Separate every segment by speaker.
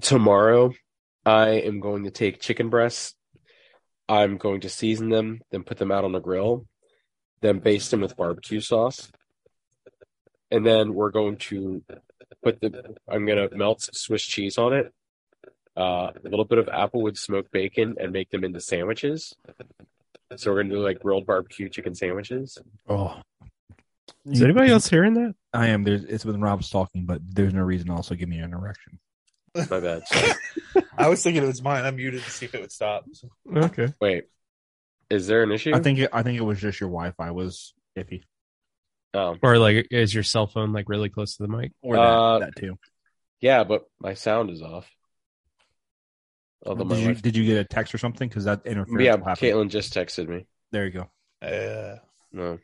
Speaker 1: tomorrow I am going to take chicken breasts. I'm going to season them, then put them out on the grill, then baste them with barbecue sauce. And then we're going to put the, I'm going to melt Swiss cheese on it, uh, a little bit of applewood smoked bacon, and make them into sandwiches. So we're going to do like grilled barbecue chicken sandwiches.
Speaker 2: Oh,
Speaker 3: Is anybody else hearing that?
Speaker 2: I am. There's. It's when Rob's talking, but there's no reason. to Also, give me an erection.
Speaker 1: My bad.
Speaker 4: I was thinking it was mine. I muted to see if it would stop.
Speaker 3: Okay.
Speaker 1: Wait, is there an issue?
Speaker 2: I think. It, I think it was just your Wi-Fi was iffy,
Speaker 1: Oh,
Speaker 3: Or like, is your cell phone like really close to the mic?
Speaker 2: or that,
Speaker 1: Uh,
Speaker 2: that too.
Speaker 1: yeah, but my sound is off. Although my
Speaker 2: Did you,
Speaker 1: wife-
Speaker 2: did you get a text or something? Because that interference.
Speaker 1: yeah,
Speaker 2: will happen.
Speaker 1: Caitlin just texted me.
Speaker 2: There you go.
Speaker 4: Uh,
Speaker 1: No.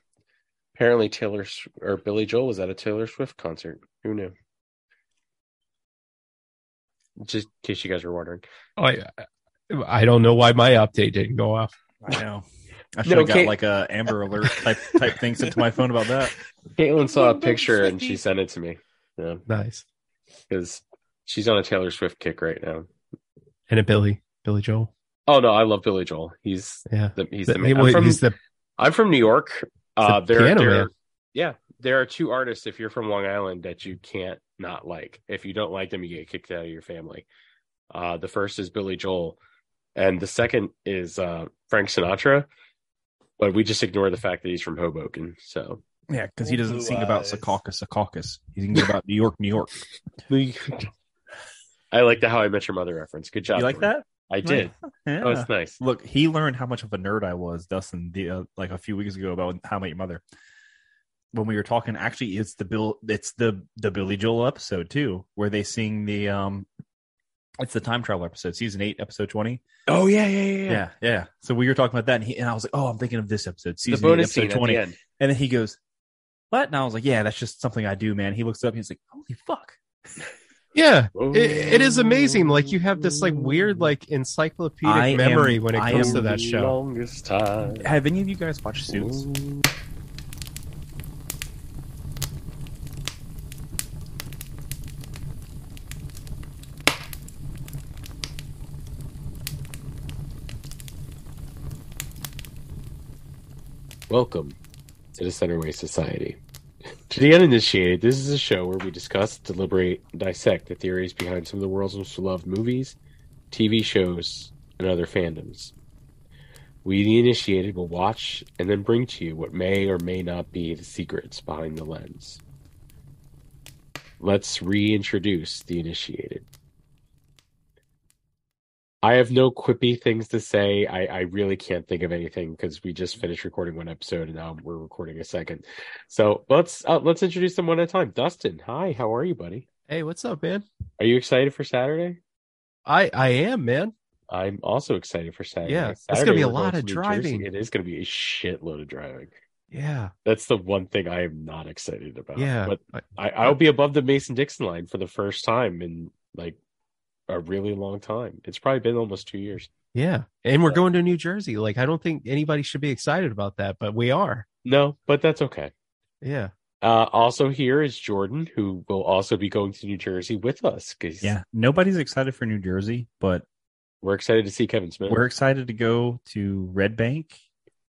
Speaker 1: Apparently Taylor Sw- or Billy Joel was at a Taylor Swift concert. Who knew? Just in case you guys were wondering.
Speaker 3: Oh, I, I don't know why my update didn't go off.
Speaker 2: I know. I should have got
Speaker 1: Kate-
Speaker 2: like a Amber Alert type type thing sent to my phone about that.
Speaker 1: Caitlin saw a picture and she sent it to me. Yeah,
Speaker 3: Nice.
Speaker 1: because she's on a Taylor Swift kick right now.
Speaker 3: And a Billy, Billy Joel.
Speaker 1: Oh no, I love Billy Joel. He's
Speaker 3: Yeah.
Speaker 1: the, he's
Speaker 3: The-
Speaker 1: the man.
Speaker 3: wait,
Speaker 1: I'm from,
Speaker 3: he's the
Speaker 1: I'm from New York. Uh,
Speaker 3: the
Speaker 1: there,
Speaker 3: piano
Speaker 1: there,
Speaker 3: man.
Speaker 1: yeah, there are two artists if you're from Long Island that you can't not like. If you don't like them, you get kicked out of your family. Uh, the first is Billy Joel, and the second is uh, Frank Sinatra. But we just ignore the fact that he's from Hoboken. So
Speaker 2: Yeah, because he doesn't
Speaker 4: Blue
Speaker 2: sing about
Speaker 4: eyes.
Speaker 2: Secaucus, Secaucus. He sings about New York, New York.
Speaker 1: I like the How I Met Your Mother reference. Good job.
Speaker 2: you like
Speaker 1: Jordan.
Speaker 2: that?
Speaker 1: I did.
Speaker 2: Yeah.
Speaker 1: That was nice.
Speaker 2: Look, he learned how much of a nerd I was, Dustin, the, uh, like a few weeks ago about How I Met Your Mother. When we were talking, actually, it's the Bill, it's the the Billy Joel episode too, where they sing the um, it's the time travel episode, season eight, episode twenty.
Speaker 1: Oh yeah, yeah, yeah.
Speaker 2: Yeah, yeah. So we were talking about that, and, he, and I was like, oh, I'm thinking of this episode,
Speaker 1: The
Speaker 2: season eight,
Speaker 1: bonus
Speaker 2: episode
Speaker 1: scene
Speaker 2: twenty.
Speaker 1: at the end.
Speaker 2: And then he goes, what? And I was like, yeah, that's just something I do, man. He looks up, he's like, holy fuck.
Speaker 3: yeah. It, it is amazing. Like you have this like weird like encyclopedic
Speaker 2: I am-
Speaker 3: memory when it
Speaker 2: I
Speaker 3: comes
Speaker 2: am
Speaker 3: to that show.
Speaker 1: Longest time.
Speaker 2: Have any of you guys watched Suits?
Speaker 1: Welcome to the Centerway Society. To the uninitiated, this is a show where we discuss, deliberate, and dissect the theories behind some of the world's most beloved movies, TV shows, and other fandoms. We, the initiated, will watch and then bring to you what may or may not be the secrets behind the lens. Let's reintroduce the initiated. I have no quippy things to say. I, I really can't think of anything because we just finished recording one episode and now we're recording a second. So let's uh, let's introduce them one at a time. Dustin, hi, how are you, buddy?
Speaker 3: Hey, what's up, man?
Speaker 1: Are you excited for Saturday?
Speaker 3: I I am, man.
Speaker 1: I'm also excited for Saturday.
Speaker 3: Yeah, it's gonna
Speaker 1: Saturday,
Speaker 3: be a
Speaker 1: we're going
Speaker 3: lot
Speaker 1: to
Speaker 3: of
Speaker 1: New Jersey.
Speaker 3: driving.
Speaker 1: It is going to be a shitload of driving.
Speaker 3: Yeah.
Speaker 1: That's the one thing I am not excited
Speaker 2: Uh,
Speaker 1: about.
Speaker 3: Yeah.
Speaker 1: but
Speaker 3: I-
Speaker 1: I, I'll be above the Mason Dixon line for the first time in like a really long time. It's probably been almost two years.
Speaker 3: Yeah. And we're
Speaker 1: Yeah.
Speaker 3: going to New Jersey. Like I don't think anybody should be excited about that, but we are.
Speaker 1: No, but that's okay.
Speaker 3: Yeah.
Speaker 1: Uh, also here is Jordan, who will also be going to New Jersey with us because
Speaker 2: Yeah, nobody's excited for New Jersey, but
Speaker 1: we're excited to see Kevin Smith.
Speaker 2: we're excited to go to Red Bank.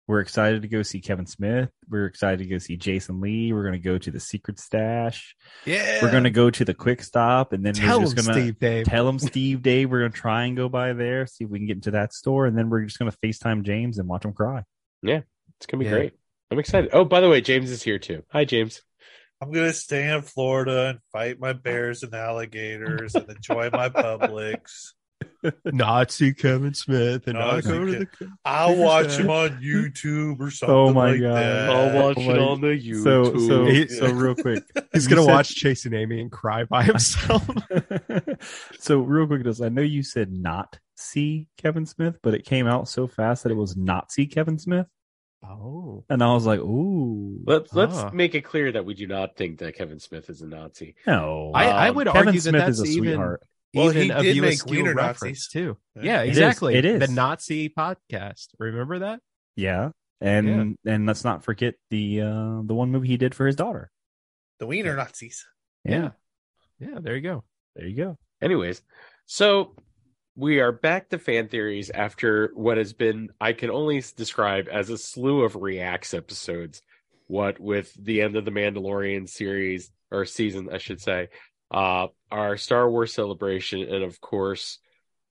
Speaker 2: We're excited to go see Kevin Smith. We're excited to go see Jason Lee. We're going to go to the Secret Stash.
Speaker 3: Yeah.
Speaker 2: We're going to go to the Quick Stop, and then
Speaker 3: tell
Speaker 2: we're
Speaker 3: him,
Speaker 2: just going to
Speaker 3: Steve Dave.
Speaker 2: tell him Steve Day. We're going to try and go by there, see if we can get into that store, and then we're just going to Facetime James and watch him cry.
Speaker 1: it's gonna be
Speaker 3: Yeah.
Speaker 1: great. I'm excited. Oh, by the way, James is here too. Hi, James.
Speaker 4: I'm gonna stay in Florida and fight my bears and alligators and enjoy my Publix.
Speaker 3: Nazi Kevin Smith and I
Speaker 4: Nazi
Speaker 3: go to
Speaker 4: Ke-
Speaker 3: the
Speaker 4: I'll watch him on YouTube or something.
Speaker 2: Oh my
Speaker 4: like
Speaker 2: God.
Speaker 4: that.
Speaker 2: I'll watch it on
Speaker 1: the
Speaker 2: So, so,
Speaker 4: Oh,
Speaker 3: He-
Speaker 2: so real quick,
Speaker 3: He's
Speaker 2: You
Speaker 3: gonna
Speaker 2: said-
Speaker 3: watch Chasing Amy and cry by himself.
Speaker 2: so real quick, this I know you said not see Kevin Smith, but it came out so fast that it was not see Kevin Smith,
Speaker 3: oh.
Speaker 2: and I was like, ooh,
Speaker 1: Let's let's
Speaker 3: Ah.
Speaker 1: make it clear that we do not think that Kevin Smith is a Nazi.
Speaker 2: no, Uh,
Speaker 3: I, I
Speaker 1: Um,
Speaker 3: would
Speaker 2: Kevin
Speaker 3: argue
Speaker 2: Smith
Speaker 3: that that's
Speaker 2: is a
Speaker 3: even,
Speaker 2: sweetheart.
Speaker 4: Well,
Speaker 3: even
Speaker 4: he
Speaker 3: a
Speaker 4: did
Speaker 3: U.S.
Speaker 4: make
Speaker 3: Steel
Speaker 4: wiener
Speaker 3: reference
Speaker 4: Nazis.
Speaker 3: too.
Speaker 4: Yeah.
Speaker 3: Yeah,
Speaker 4: It
Speaker 2: is,
Speaker 3: exactly.
Speaker 2: it is.
Speaker 3: the Nazi podcast. Remember that?
Speaker 2: Yeah, and and let's not forget the uh the one movie he did for his daughter.
Speaker 4: The wiener Nazis.
Speaker 3: Yeah. Yeah, there you go.
Speaker 2: there you go.
Speaker 1: Anyways, So we are back to fan theories after what has been, I can only s- describe as a slew of reacts episodes. What with the end of the Mandalorian series or season, I should say, uh, our Star Wars celebration, and of course,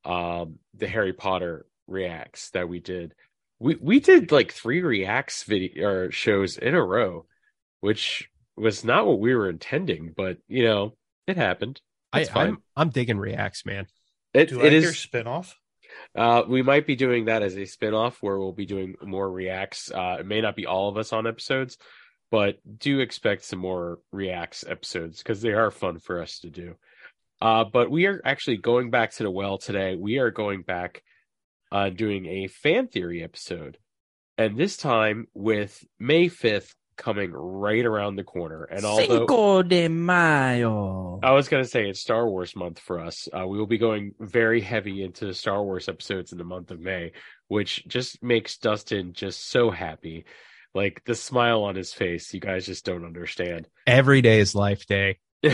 Speaker 1: um, the Harry Potter reacts that we did. We we did like three reacts video or shows in a row, which was not what we were intending, but you know, it happened.
Speaker 3: I,
Speaker 1: It's fine.
Speaker 3: I'm I'm digging reacts, man.
Speaker 1: It,
Speaker 4: Do
Speaker 1: it
Speaker 4: I
Speaker 1: is
Speaker 4: hear spinoff?
Speaker 1: uh, we might be doing that as a spin-off where we'll be doing more reacts. Uh, it may not be all of us on episodes, but do expect some more reacts episodes because they are fun for us to do. Uh, but we are actually going back to the well today. We are going back uh, doing a fan theory episode, and this time with May fifth coming right around the corner. And although
Speaker 2: de Mayo.
Speaker 1: I was going to say it's Star Wars month for us. Uh, we will be going very heavy into the Star Wars episodes in the month of May, which just makes Dustin just so happy. Like the smile on his face, you guys just don't understand.
Speaker 3: Every day is life day
Speaker 1: Oh.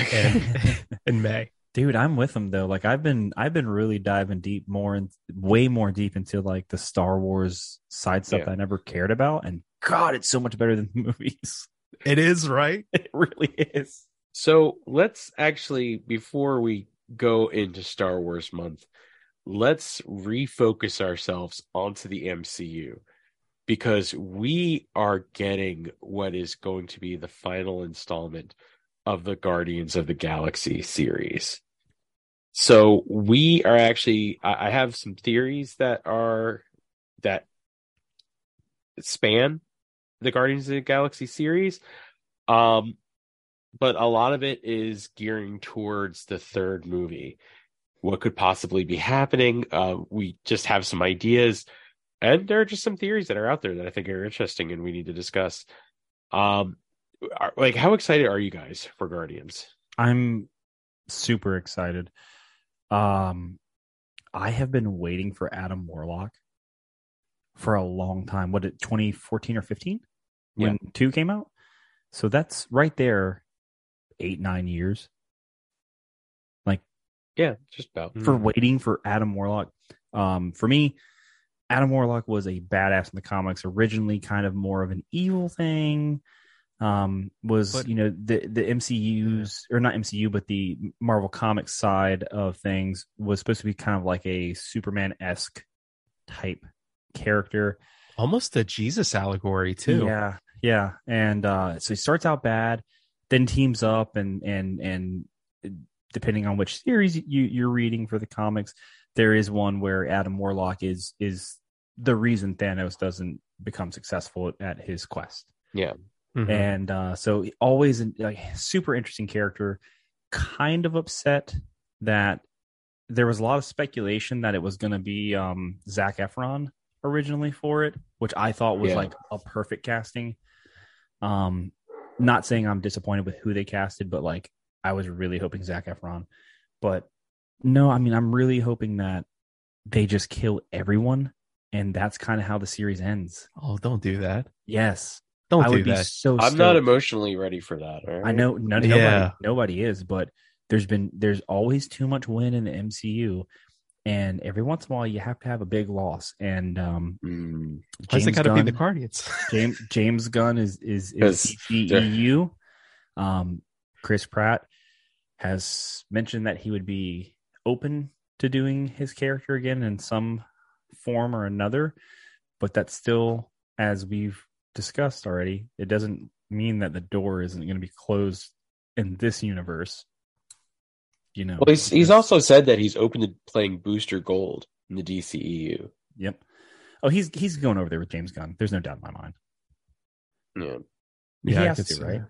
Speaker 3: in May.
Speaker 2: Dude, I'm with him though. Like I've been I've been really diving deep more and way more deep into like the Star Wars side stuff
Speaker 1: Yeah.
Speaker 2: that I never cared about and god, it's so much better than the movies.
Speaker 3: It is right.
Speaker 2: It really is.
Speaker 1: So let's actually, before we go into Star Wars month, let's refocus ourselves onto the MCU because we are getting what is going to be the final installment of the Guardians of the Galaxy series. So we are actually, I I have some theories that are, that span the Guardians of the Galaxy series. Um, but a lot of it is gearing towards the third movie. What could possibly be happening? Uh, we just have some ideas, and there are just some theories that are out there that I think are interesting and we need to discuss. Um, are- like, how excited are you guys for Guardians?
Speaker 2: I'm super excited. Um, I have been waiting for Adam Warlock for a long time. What, did- 2014 or 15 when two came out? So that's right there, eight, nine years
Speaker 1: Yeah, just about.
Speaker 2: for waiting for Adam Warlock. Um, for me, Adam Warlock was a badass in the comics originally, kind of more of an evil thing. Um, was
Speaker 3: But-
Speaker 2: you know the the MCU's or not MCU, but the Marvel Comics side of things was supposed to be kind of like a Superman esque type character.
Speaker 3: Almost the Jesus allegory too.
Speaker 2: Yeah, yeah. And uh, so he starts out bad, then teams up, and and and depending on which series you you're reading for the comics, there is one where Adam Warlock is is the reason Thanos doesn't become successful at his quest
Speaker 3: Mhm.
Speaker 2: and uh, so always like super interesting character kind of upset that there was a lot of speculation that it was going to be um zach efron originally for it which i thought was
Speaker 1: Yeah.
Speaker 2: like a perfect casting um not saying i'm disappointed with who they casted but like i was really hoping zach efron but no i mean i'm really hoping that they just kill everyone and that's kind of how the series ends
Speaker 3: oh, don't do that.
Speaker 2: yes
Speaker 3: Don't
Speaker 2: i
Speaker 3: do
Speaker 2: would be
Speaker 3: that.
Speaker 2: so
Speaker 1: I'm not
Speaker 2: stoked.
Speaker 1: emotionally ready for that. all
Speaker 2: I
Speaker 1: right?
Speaker 2: know no, nobody,
Speaker 3: Yeah.
Speaker 2: nobody is, but there's been there's always too much win in the MCU, and every once in a while you have to have a big loss. And um,
Speaker 1: Mm.
Speaker 3: Why's it
Speaker 2: James
Speaker 3: got to be the
Speaker 2: Gunn-
Speaker 3: Guardians?
Speaker 2: James James Gunn is is
Speaker 1: Yes.
Speaker 2: is EU. Um, Chris Pratt has mentioned that he would be open to doing his character again in some form or another, but that's still, as we've discussed already, it doesn't mean that the door isn't going to be closed in this universe. You know,
Speaker 1: Well, he's he's
Speaker 2: because-
Speaker 1: also said that he's open to playing Booster Gold in the E DCEU.
Speaker 2: yep. Oh, he's he's going over there with James Gunn. There's no doubt in my mind.
Speaker 1: Yeah.
Speaker 2: he
Speaker 3: I
Speaker 2: has
Speaker 3: could
Speaker 2: to,
Speaker 3: see
Speaker 2: right?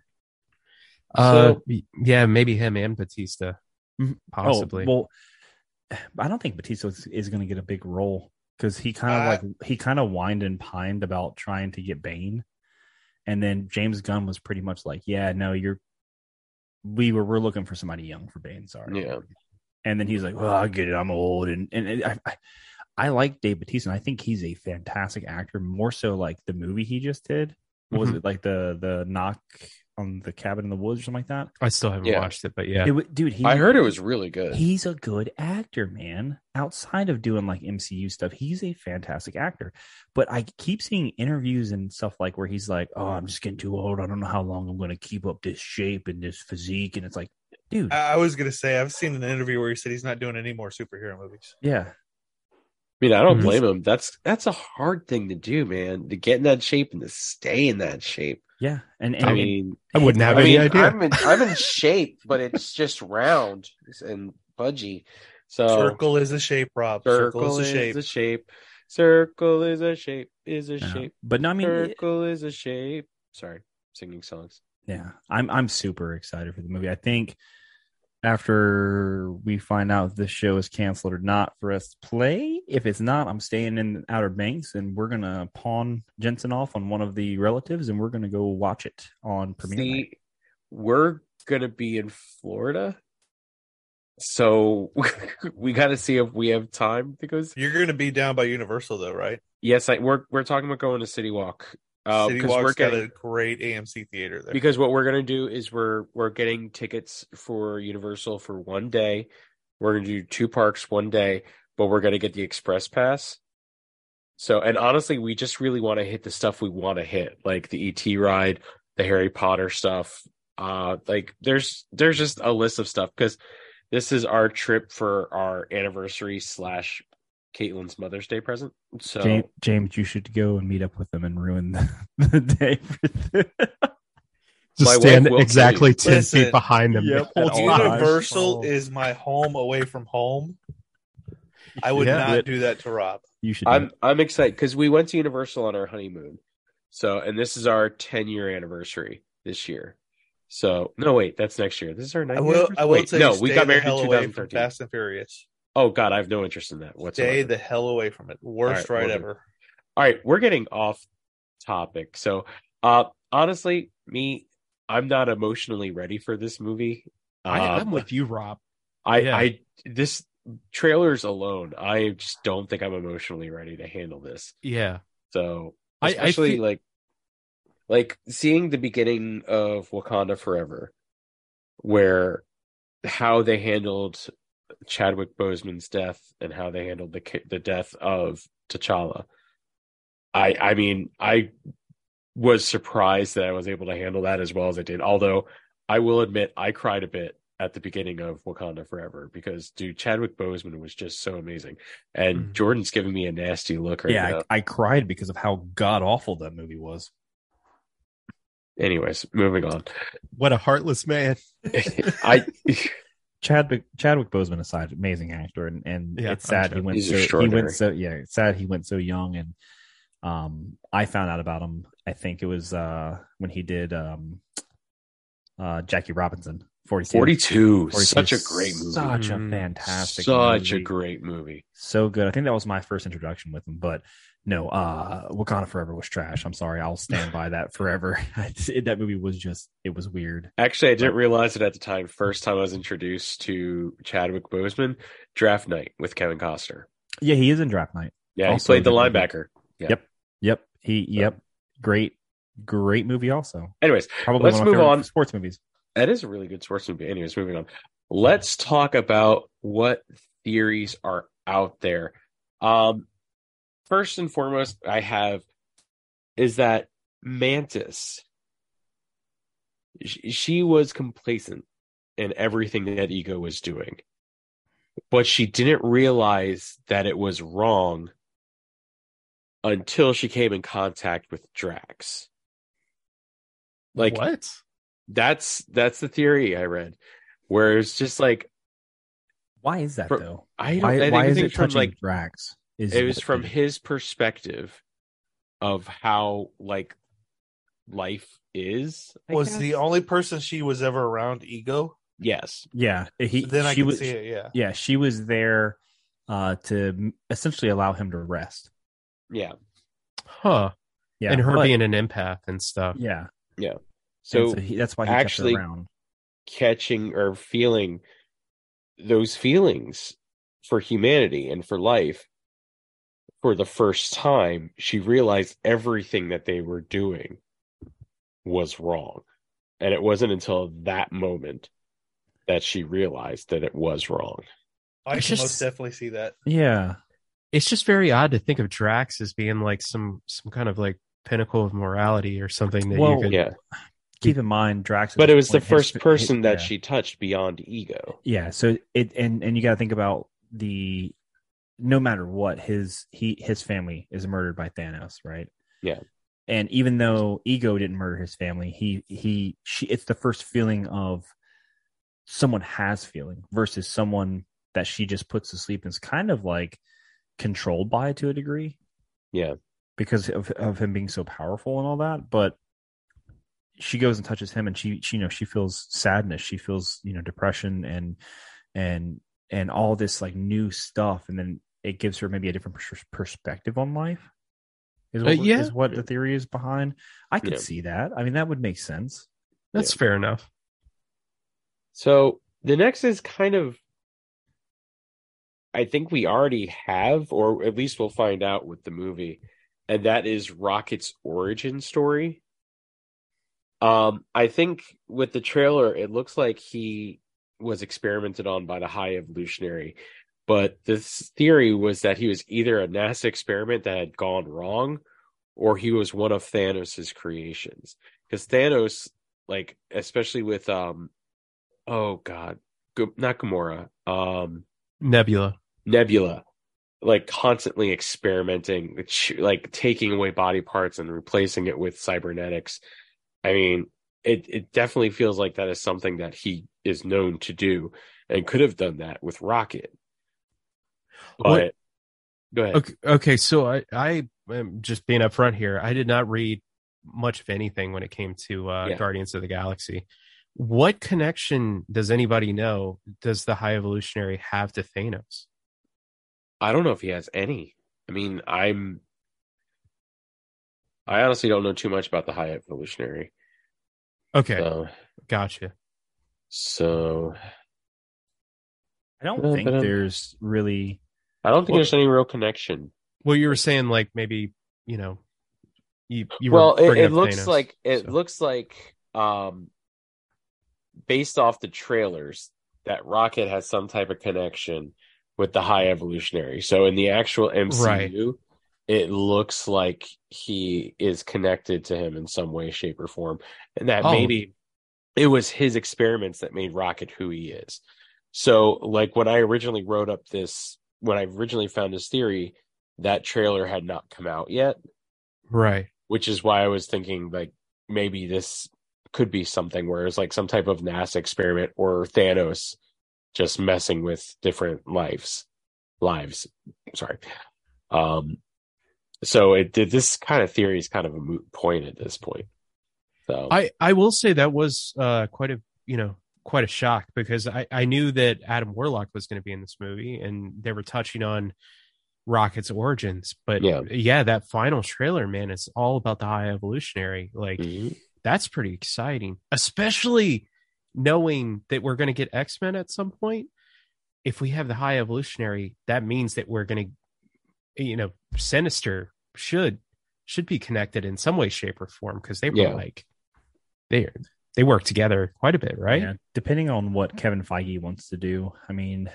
Speaker 3: that. Uh,
Speaker 1: So-
Speaker 3: y- yeah, maybe him and Batista,
Speaker 2: Mhm.
Speaker 3: possibly.
Speaker 2: Oh, well, I don't think Batista is, is going to get a big role because he kind of
Speaker 4: I-
Speaker 1: Uh,
Speaker 2: like he kind of whined and pined about trying to get Bane, and then James Gunn was pretty much like, "Yeah, no, you're we were we're looking for somebody young for Bane, sorry."
Speaker 1: Yeah.
Speaker 2: And then he's like, "Well, I get it, I'm old," and and and I. I I like Dave Batista, and I think he's a fantastic actor. More so, like the movie he just did. What was
Speaker 3: Mhm.
Speaker 2: it like the the knock on the cabin in the woods or something like that.
Speaker 3: I still haven't
Speaker 1: Yeah.
Speaker 3: watched it, but yeah.
Speaker 2: It w- dude, he
Speaker 1: I heard it was really good.
Speaker 2: He's a good actor, man. Outside of doing like MCU stuff, he's a fantastic actor. But I keep seeing interviews and stuff like where he's like, "Oh, I'm just getting too old. I don't know how long I'm going to keep up this shape and this physique." And it's like, dude,
Speaker 1: Uh,
Speaker 4: I I was gonna say I've seen an interview where he said he's not doing any more superhero movies.
Speaker 2: yeah,
Speaker 1: I mean, I don't
Speaker 3: Mhm.
Speaker 1: blame him. That's that's a hard thing to do, man. To get in that shape and to stay in that shape.
Speaker 2: yeah. And, and
Speaker 1: I mean,
Speaker 3: I wouldn't have
Speaker 1: I
Speaker 3: any
Speaker 1: mean,
Speaker 3: idea.
Speaker 1: I'm in I'm in shape, but it's just round and budgy. So
Speaker 4: Circle is a shape, Rob. Circle, is a shape.
Speaker 1: Circle is a shape. Is a
Speaker 2: yeah.
Speaker 1: shape.
Speaker 2: uh, but no, I mean, it-
Speaker 1: Circle is a shape. Sorry, singing songs.
Speaker 2: yeah, I'm I'm super excited for the movie. I think after we find out if this show is canceled or not for us to play, if it's not, I'm staying in Outer Banks and we're gonna pawn Jensen off on one of the relatives and we're gonna go watch it on premiere.
Speaker 1: See,
Speaker 2: night.
Speaker 1: we're gonna be in Florida, so we got to see if we have time to go. See.
Speaker 4: You're gonna be down by Universal though, right?
Speaker 1: Yes, I, we're we're talking about going to City Walk because
Speaker 4: City
Speaker 1: Oh, we're
Speaker 4: Walk's got
Speaker 1: getting
Speaker 4: a great AMC theater there.
Speaker 1: because what we're gonna do is we're we're getting tickets for Universal for one day. We're gonna do two parks one day, but we're gonna get the express pass. So, and honestly, we just really want to hit the stuff we want to hit, like the ET ride, the Harry Potter stuff. Uh, like there's there's just a list of stuff because this is our trip for our anniversary slash Caitlin's Mother's Day present. So
Speaker 2: James, James, you should go and meet up with them and ruin the, the day. For them.
Speaker 1: My
Speaker 3: Just
Speaker 1: wife
Speaker 3: stand
Speaker 1: will
Speaker 3: exactly ten
Speaker 4: Listen,
Speaker 3: feet behind them.
Speaker 2: yep,
Speaker 3: at
Speaker 2: hold
Speaker 3: all
Speaker 2: on.
Speaker 3: times.
Speaker 1: Oh.
Speaker 4: Universal is my home away from home. I would
Speaker 3: Yeah.
Speaker 4: not do that to Rob.
Speaker 2: You should. do
Speaker 1: I'm
Speaker 2: it.
Speaker 1: I'm excited because we went to Universal on our honeymoon, so and this is our 10 year anniversary this year. So no, wait, that's next year. This is our ninth.
Speaker 4: I will. I will
Speaker 1: Wait,
Speaker 4: tell
Speaker 1: no,
Speaker 4: you,
Speaker 1: we
Speaker 4: stay
Speaker 1: got
Speaker 4: the
Speaker 1: married
Speaker 4: hell
Speaker 1: in
Speaker 4: away from
Speaker 1: 2013.
Speaker 4: Fast and Furious.
Speaker 1: Oh God, I have no interest in that whatsoever.
Speaker 4: Stay the hell away from it. Worst
Speaker 1: All right,
Speaker 4: ride
Speaker 1: will do.
Speaker 4: ever.
Speaker 1: All right, we're getting off topic. So, uh, honestly, me, I'm not emotionally ready for this movie.
Speaker 3: I,
Speaker 1: Um,
Speaker 3: I'm with you, Rob.
Speaker 1: I,
Speaker 3: Yeah.
Speaker 1: I this trailers alone, I just don't think I'm emotionally ready to handle this.
Speaker 3: Yeah.
Speaker 1: So
Speaker 3: I- I
Speaker 1: especially
Speaker 3: feel-
Speaker 1: like like seeing the beginning of Wakanda Forever, where how they handled Chadwick Boseman's death and how they handled the ki- the death of T'Challa. I I mean I was surprised that I was able to handle that as well as I did. Although I will admit I cried a bit at the beginning of Wakanda Forever because dude Chadwick Boseman was just so amazing. And
Speaker 3: Mhm.
Speaker 1: Jordan's giving me a nasty look right now.
Speaker 2: yeah, I, I cried because of how god awful that movie was.
Speaker 1: anyways moving on
Speaker 3: What a heartless man.
Speaker 1: i
Speaker 2: Chadwick Chadwick Boseman aside, amazing actor, and and
Speaker 3: Yeah,
Speaker 2: it's sad he
Speaker 3: Chadwick.
Speaker 2: went
Speaker 1: He's
Speaker 2: so he
Speaker 1: extraordinary.
Speaker 2: went so yeah, it's sad he went so young, and um, I found out about him. I think it was uh when he did um, uh Jackie Robinson forty
Speaker 1: 42 such a great movie
Speaker 2: such a
Speaker 3: Mhm.
Speaker 2: fantastic,
Speaker 1: such a
Speaker 2: movie.
Speaker 1: great movie
Speaker 2: so good. I think that was my first introduction with him, but no, uh, Wakanda Forever was trash. I'm sorry, I'll stand by that forever. that movie was just it was weird.
Speaker 1: actually i didn't realize it at the time first time i was introduced to chadwick boseman draft night with kevin costner
Speaker 2: Yeah, he is in Draft Night.
Speaker 1: yeah
Speaker 2: Also
Speaker 1: he played the
Speaker 2: a good movie.
Speaker 1: linebacker
Speaker 2: Yep. He yep. Great great movie also.
Speaker 1: anyways
Speaker 2: Probably
Speaker 1: Let's
Speaker 2: one of
Speaker 1: move
Speaker 2: my favorite
Speaker 1: on.
Speaker 2: sports movies.
Speaker 1: that is a really good sports movie anyways moving on let's talk about what theories are out there um first and foremost i have is that mantis she, she was complacent in everything that ego was doing but she didn't realize that it was wrong until she came in contact with drax like
Speaker 3: what?
Speaker 1: that's that's the theory I read, where it's just like
Speaker 2: Why is that
Speaker 1: For-
Speaker 2: though?
Speaker 1: I don't. I
Speaker 2: Why,
Speaker 1: think
Speaker 2: why is
Speaker 1: it
Speaker 2: it
Speaker 1: was from
Speaker 2: touching
Speaker 1: like
Speaker 2: Drax? Is
Speaker 1: it was
Speaker 2: what
Speaker 1: from
Speaker 2: did-
Speaker 1: his perspective of how like life is. I
Speaker 4: was
Speaker 1: guess?
Speaker 4: the only person she was ever around ego.
Speaker 1: yes,
Speaker 2: Yeah. He,
Speaker 4: then I
Speaker 2: she
Speaker 4: can
Speaker 2: was,
Speaker 4: see it. Yeah.
Speaker 2: Yeah, she was there uh to m- essentially allow him to rest.
Speaker 1: yeah.
Speaker 3: Huh.
Speaker 2: Yeah.
Speaker 3: and her
Speaker 2: but-
Speaker 3: being an empath and stuff.
Speaker 2: Yeah.
Speaker 1: So,
Speaker 2: And he, that's why he actually,
Speaker 1: actually-
Speaker 2: kept her around.
Speaker 1: catching or feeling those feelings for humanity and for life for the first time, she realized everything that they were doing was wrong. And it wasn't until that moment that she realized that it was wrong.
Speaker 4: I can
Speaker 3: It's just-
Speaker 4: most definitely see that.
Speaker 2: Yeah.
Speaker 3: It's just very odd to think of Drax as being like some some kind of like pinnacle of morality or something that
Speaker 2: Well,
Speaker 3: you could
Speaker 1: Yeah.
Speaker 2: Keep in mind, Drax. at
Speaker 1: But
Speaker 2: this
Speaker 1: it was the
Speaker 2: point, his-
Speaker 1: first person
Speaker 2: his-
Speaker 1: that
Speaker 2: yeah.
Speaker 1: she touched beyond ego.
Speaker 2: Yeah. So it and and you got to think about the no matter what his he his family is murdered by Thanos, right?
Speaker 1: Yeah.
Speaker 2: And even though Ego didn't murder his family, he he she it's the first feeling of someone has feeling versus someone that she just puts to sleep and is kind of like controlled by to a degree.
Speaker 1: Yeah.
Speaker 2: Because of of him being so powerful and all that, but she goes and touches him and she, she you know she feels sadness she feels you know depression and and and all this like new stuff and then it gives her maybe a different pers- perspective on life is
Speaker 3: Uh,
Speaker 2: what,
Speaker 3: yeah.
Speaker 2: is what the theory is behind i could
Speaker 1: Yeah.
Speaker 2: see that i mean that would make sense
Speaker 3: That's fair enough.
Speaker 1: So the next is kind of, I think we already have, or at least we'll find out with the movie, and that is Rocket's origin story. Um, I think with the trailer, it looks like he was experimented on by the High Evolutionary, but this theory was that he was either a NASA experiment that had gone wrong, or he was one of Thanos' creations. Because Thanos, like especially with um, oh god G- not gamora um
Speaker 3: Nebula.
Speaker 1: nebula like constantly experimenting with ch- like taking away body parts and replacing it with cybernetics i mean it it definitely feels like that is something that he is known to do and could have done that with rocket but
Speaker 3: What-
Speaker 1: go ahead
Speaker 3: Okay, okay, so I I am just being upfront here. I did not read much of anything when it came to uh,
Speaker 1: Yeah.
Speaker 3: Guardians of the Galaxy. What connection does anybody know does the High Evolutionary have to Thanos?
Speaker 1: i don't know if he has any i mean i'm i honestly don't know too much about the high evolutionary
Speaker 3: Okay,
Speaker 1: so
Speaker 3: gotcha.
Speaker 1: so
Speaker 2: i don't
Speaker 1: Uh,
Speaker 2: think
Speaker 1: but, um,
Speaker 2: there's really
Speaker 1: I don't think
Speaker 3: Well-
Speaker 1: there's any real connection.
Speaker 3: Well, you were saying like maybe you know you you
Speaker 1: well,
Speaker 3: were
Speaker 1: it,
Speaker 3: bringing
Speaker 1: it
Speaker 3: up
Speaker 1: looks
Speaker 3: Thanos,
Speaker 1: like it
Speaker 3: so.
Speaker 1: looks like um based off the trailers that Rocket has some type of connection with the High Evolutionary. So in the actual MCU, it looks like he is connected to him in some way, shape, or form, and that
Speaker 3: Oh.
Speaker 1: maybe it was his experiments that made Rocket who he is. So, like when I originally wrote up this, when I originally found this theory, that trailer had not come out yet.
Speaker 3: right.
Speaker 1: which is why I was thinking like maybe this could be something where it's like some type of NASA experiment or Thanos just messing with different lives lives sorry um so it did this kind of theory is kind of a moot point at this point so
Speaker 3: I I will say that was uh quite a you know quite a shock because I I knew that Adam Warlock was going to be in this movie and they were touching on Rocket's origins, but
Speaker 1: Yeah.
Speaker 3: that final trailer, man, it's all about the High Evolutionary. Like
Speaker 1: Mhm.
Speaker 3: that's pretty exciting, especially knowing that we're going to get X Men at some point. If we have the High Evolutionary, that means that we're going to, you know, Sinister should should be connected in some way, shape, or form because they were
Speaker 1: Yeah.
Speaker 3: like they they work together quite a bit, right?
Speaker 2: yeah, depending on what kevin feige wants to do i mean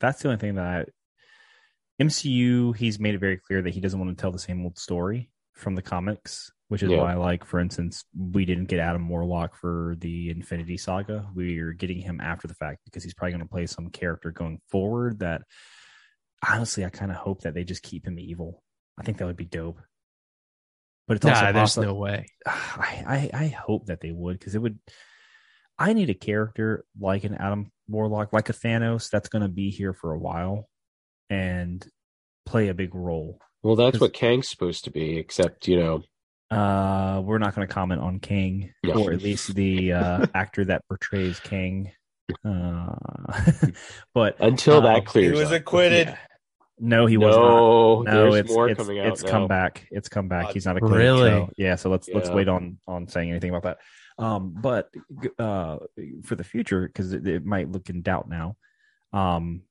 Speaker 2: that's the only thing that i MCU, he's made it very clear that he doesn't want to tell the same old story from the comics, which is
Speaker 1: Yeah.
Speaker 2: why, like, for instance, we didn't get Adam Warlock for the Infinity Saga. We're getting him after the fact because he's probably going to play some character going forward that honestly, I kind of hope that they just keep him evil. I think that would be dope. But it's also
Speaker 3: Nah, there's
Speaker 2: possible-
Speaker 3: no way.
Speaker 2: I, I I hope that they would because it would. I need a character like an Adam Warlock, like a Thanos, that's going to be here for a while and play a big role.
Speaker 1: well that's what Kang's supposed to be except you know
Speaker 2: Uh, we're not going to comment on King
Speaker 1: No.
Speaker 2: or at least the uh, actor that portrays King. Uh, but
Speaker 1: until
Speaker 2: Uh,
Speaker 1: that clears
Speaker 4: He was
Speaker 1: up.
Speaker 4: acquitted.
Speaker 1: Yeah.
Speaker 2: no, he was not.
Speaker 1: no,
Speaker 2: No,
Speaker 1: there's
Speaker 2: it's
Speaker 1: more
Speaker 2: it's,
Speaker 1: coming out
Speaker 2: it's
Speaker 1: now. Uh,
Speaker 2: come back. It's come back.
Speaker 4: God.
Speaker 2: He's not a clear
Speaker 3: Really?
Speaker 2: So, yeah. So let's let's
Speaker 1: Yeah.
Speaker 2: wait on on saying anything about that. Um, but g- uh, for the future, because it, it might look in doubt now. Um,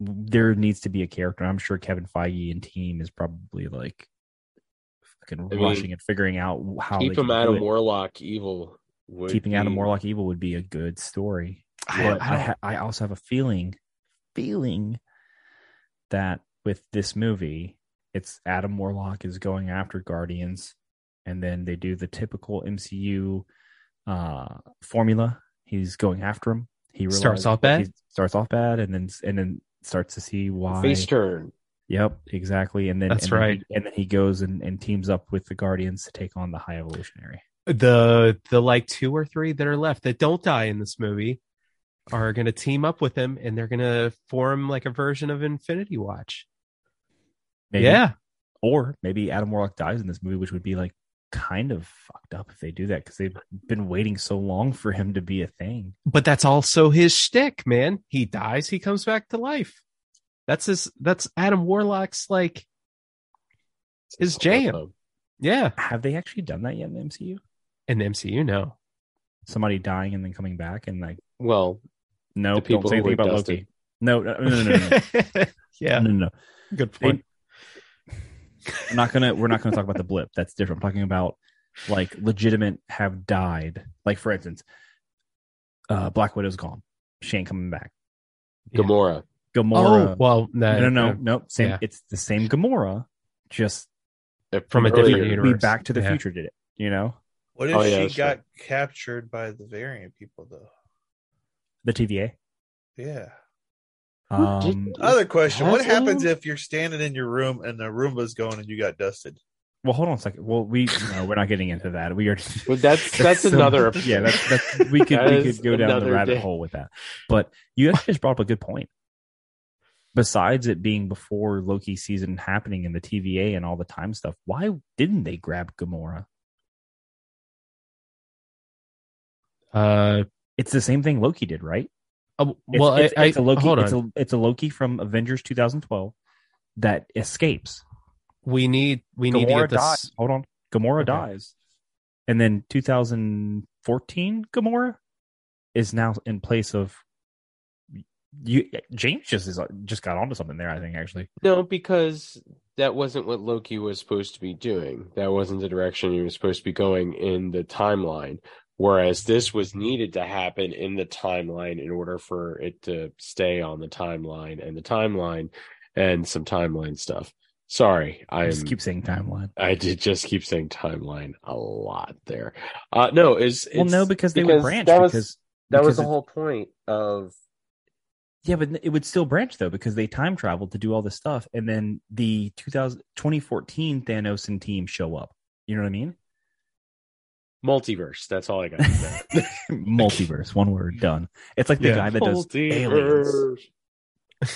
Speaker 2: there needs to be a character. I'm sure Kevin Feige and team is probably like fucking
Speaker 1: I mean,
Speaker 2: rushing and figuring out how
Speaker 1: keep
Speaker 2: they
Speaker 1: him
Speaker 2: can do
Speaker 1: Adam
Speaker 2: it.
Speaker 1: Warlock evil would
Speaker 2: keeping Adam
Speaker 1: be-
Speaker 2: Warlock evil would be a good story.
Speaker 3: I-
Speaker 2: but
Speaker 3: I
Speaker 2: I,
Speaker 3: don't-
Speaker 2: ha- I also have a feeling, feeling that with this movie, it's Adam Warlock is going after Guardians, and then they do the typical MCU uh, formula. He's going after him. He realizes-
Speaker 3: Starts off bad?
Speaker 2: He starts off bad, and then and then starts to see why.
Speaker 1: face turn.
Speaker 2: Yep, exactly. And then
Speaker 3: That's
Speaker 2: and then he-
Speaker 3: right.
Speaker 2: and then he goes and, and teams up with the Guardians to take on the High Evolutionary.
Speaker 3: the the like two or three that are left that don't die in this movie are going to team up with him and they're going to form like a version of Infinity Watch.
Speaker 2: Maybe.
Speaker 3: Yeah.
Speaker 2: or maybe Adam Warlock dies in this movie, which would be like kind of fucked up if they do that because they've been waiting so long for him to be a thing.
Speaker 3: But that's also his shtick, man. He dies, he comes back to life. That's his that's Adam Warlock's like His jam. yeah.
Speaker 2: Have they actually done that yet in the MCU?
Speaker 3: In the MCU, no.
Speaker 2: Somebody dying and then coming back and like
Speaker 1: Well,
Speaker 2: no,
Speaker 1: The people
Speaker 2: don't say
Speaker 1: who
Speaker 2: anything
Speaker 1: were
Speaker 2: about
Speaker 1: dusted.
Speaker 2: Loki. No, no, no, no, no, no, no,
Speaker 3: yeah.
Speaker 2: no, no.
Speaker 3: Good
Speaker 2: They-
Speaker 3: point.
Speaker 2: we're not gonna we're not gonna talk about the blip. That's different. I'm talking about like legitimate have died. Like for instance, uh Black Widow's gone. She ain't coming back.
Speaker 3: Yeah.
Speaker 1: Gamora.
Speaker 2: Gamora.
Speaker 3: Oh, well, no,
Speaker 2: uh, no, no, no, no. Same.
Speaker 3: yeah.
Speaker 2: It's the same Gamora, just
Speaker 3: From a
Speaker 1: Earlier.
Speaker 3: different
Speaker 2: we
Speaker 3: universe.
Speaker 2: Back to the
Speaker 3: Yeah.
Speaker 2: Future did it. You know,
Speaker 4: What if
Speaker 1: Oh, yeah,
Speaker 4: she
Speaker 1: that's
Speaker 4: got captured by the variant people though?
Speaker 2: the TVA.
Speaker 4: Yeah.
Speaker 3: uh,
Speaker 2: Um,
Speaker 1: Is
Speaker 4: Other question:
Speaker 1: that
Speaker 4: What happens
Speaker 1: in?
Speaker 4: if you're standing in your room and the Roomba's going and you got dusted?
Speaker 2: well, hold on a second. Well, we no, we're not getting into that. We are.
Speaker 1: Well, that's that's
Speaker 2: so-
Speaker 1: another episode.
Speaker 2: Yeah, that's, that's we could
Speaker 1: That
Speaker 2: we
Speaker 1: is
Speaker 2: could go down the
Speaker 1: another
Speaker 2: rabbit
Speaker 1: day.
Speaker 2: hole with that. But you actually just brought up a good point. Besides it being before Loki season happening and the TVA and all the time stuff, why didn't they grab Gamora?
Speaker 3: Uh
Speaker 2: It's the same thing Loki did, right?
Speaker 3: oh,
Speaker 2: It's,
Speaker 3: well,
Speaker 2: it's,
Speaker 3: I,
Speaker 2: it's a
Speaker 3: I-
Speaker 2: Loki.
Speaker 3: hold on.
Speaker 2: It's a, it's a Loki from Avengers 2012 that escapes.
Speaker 3: we need we need to
Speaker 2: Gamora
Speaker 3: get this
Speaker 2: dies. Hold on, Gamora
Speaker 3: Okay.
Speaker 2: dies, and then 2014 Gamora is now in place of you. James just is just got onto something there. I think actually.
Speaker 1: No, because that wasn't what Loki was supposed to be doing. That wasn't the direction he was supposed to be going in the timeline. Whereas this was needed to happen in the timeline in order for it to stay on the timeline and the timeline and some timeline stuff. Sorry,
Speaker 2: I
Speaker 1: I am
Speaker 2: just keep saying timeline.
Speaker 1: I did just keep saying timeline a lot there. Uh no, it's,
Speaker 2: well,
Speaker 1: it's-
Speaker 2: no, because they
Speaker 1: because
Speaker 2: would branch.
Speaker 1: that was-
Speaker 2: because
Speaker 1: that was
Speaker 2: because
Speaker 1: the
Speaker 2: it-
Speaker 1: whole point of
Speaker 2: yeah, but it would still branch though because they time traveled to do all this stuff, and then the 2000, 2014 Thanos and team show up. You know what I mean?
Speaker 1: multiverse. That's all I got. to say.
Speaker 2: Multiverse, one word done. It's like the
Speaker 3: Yeah.
Speaker 2: guy that does aliens.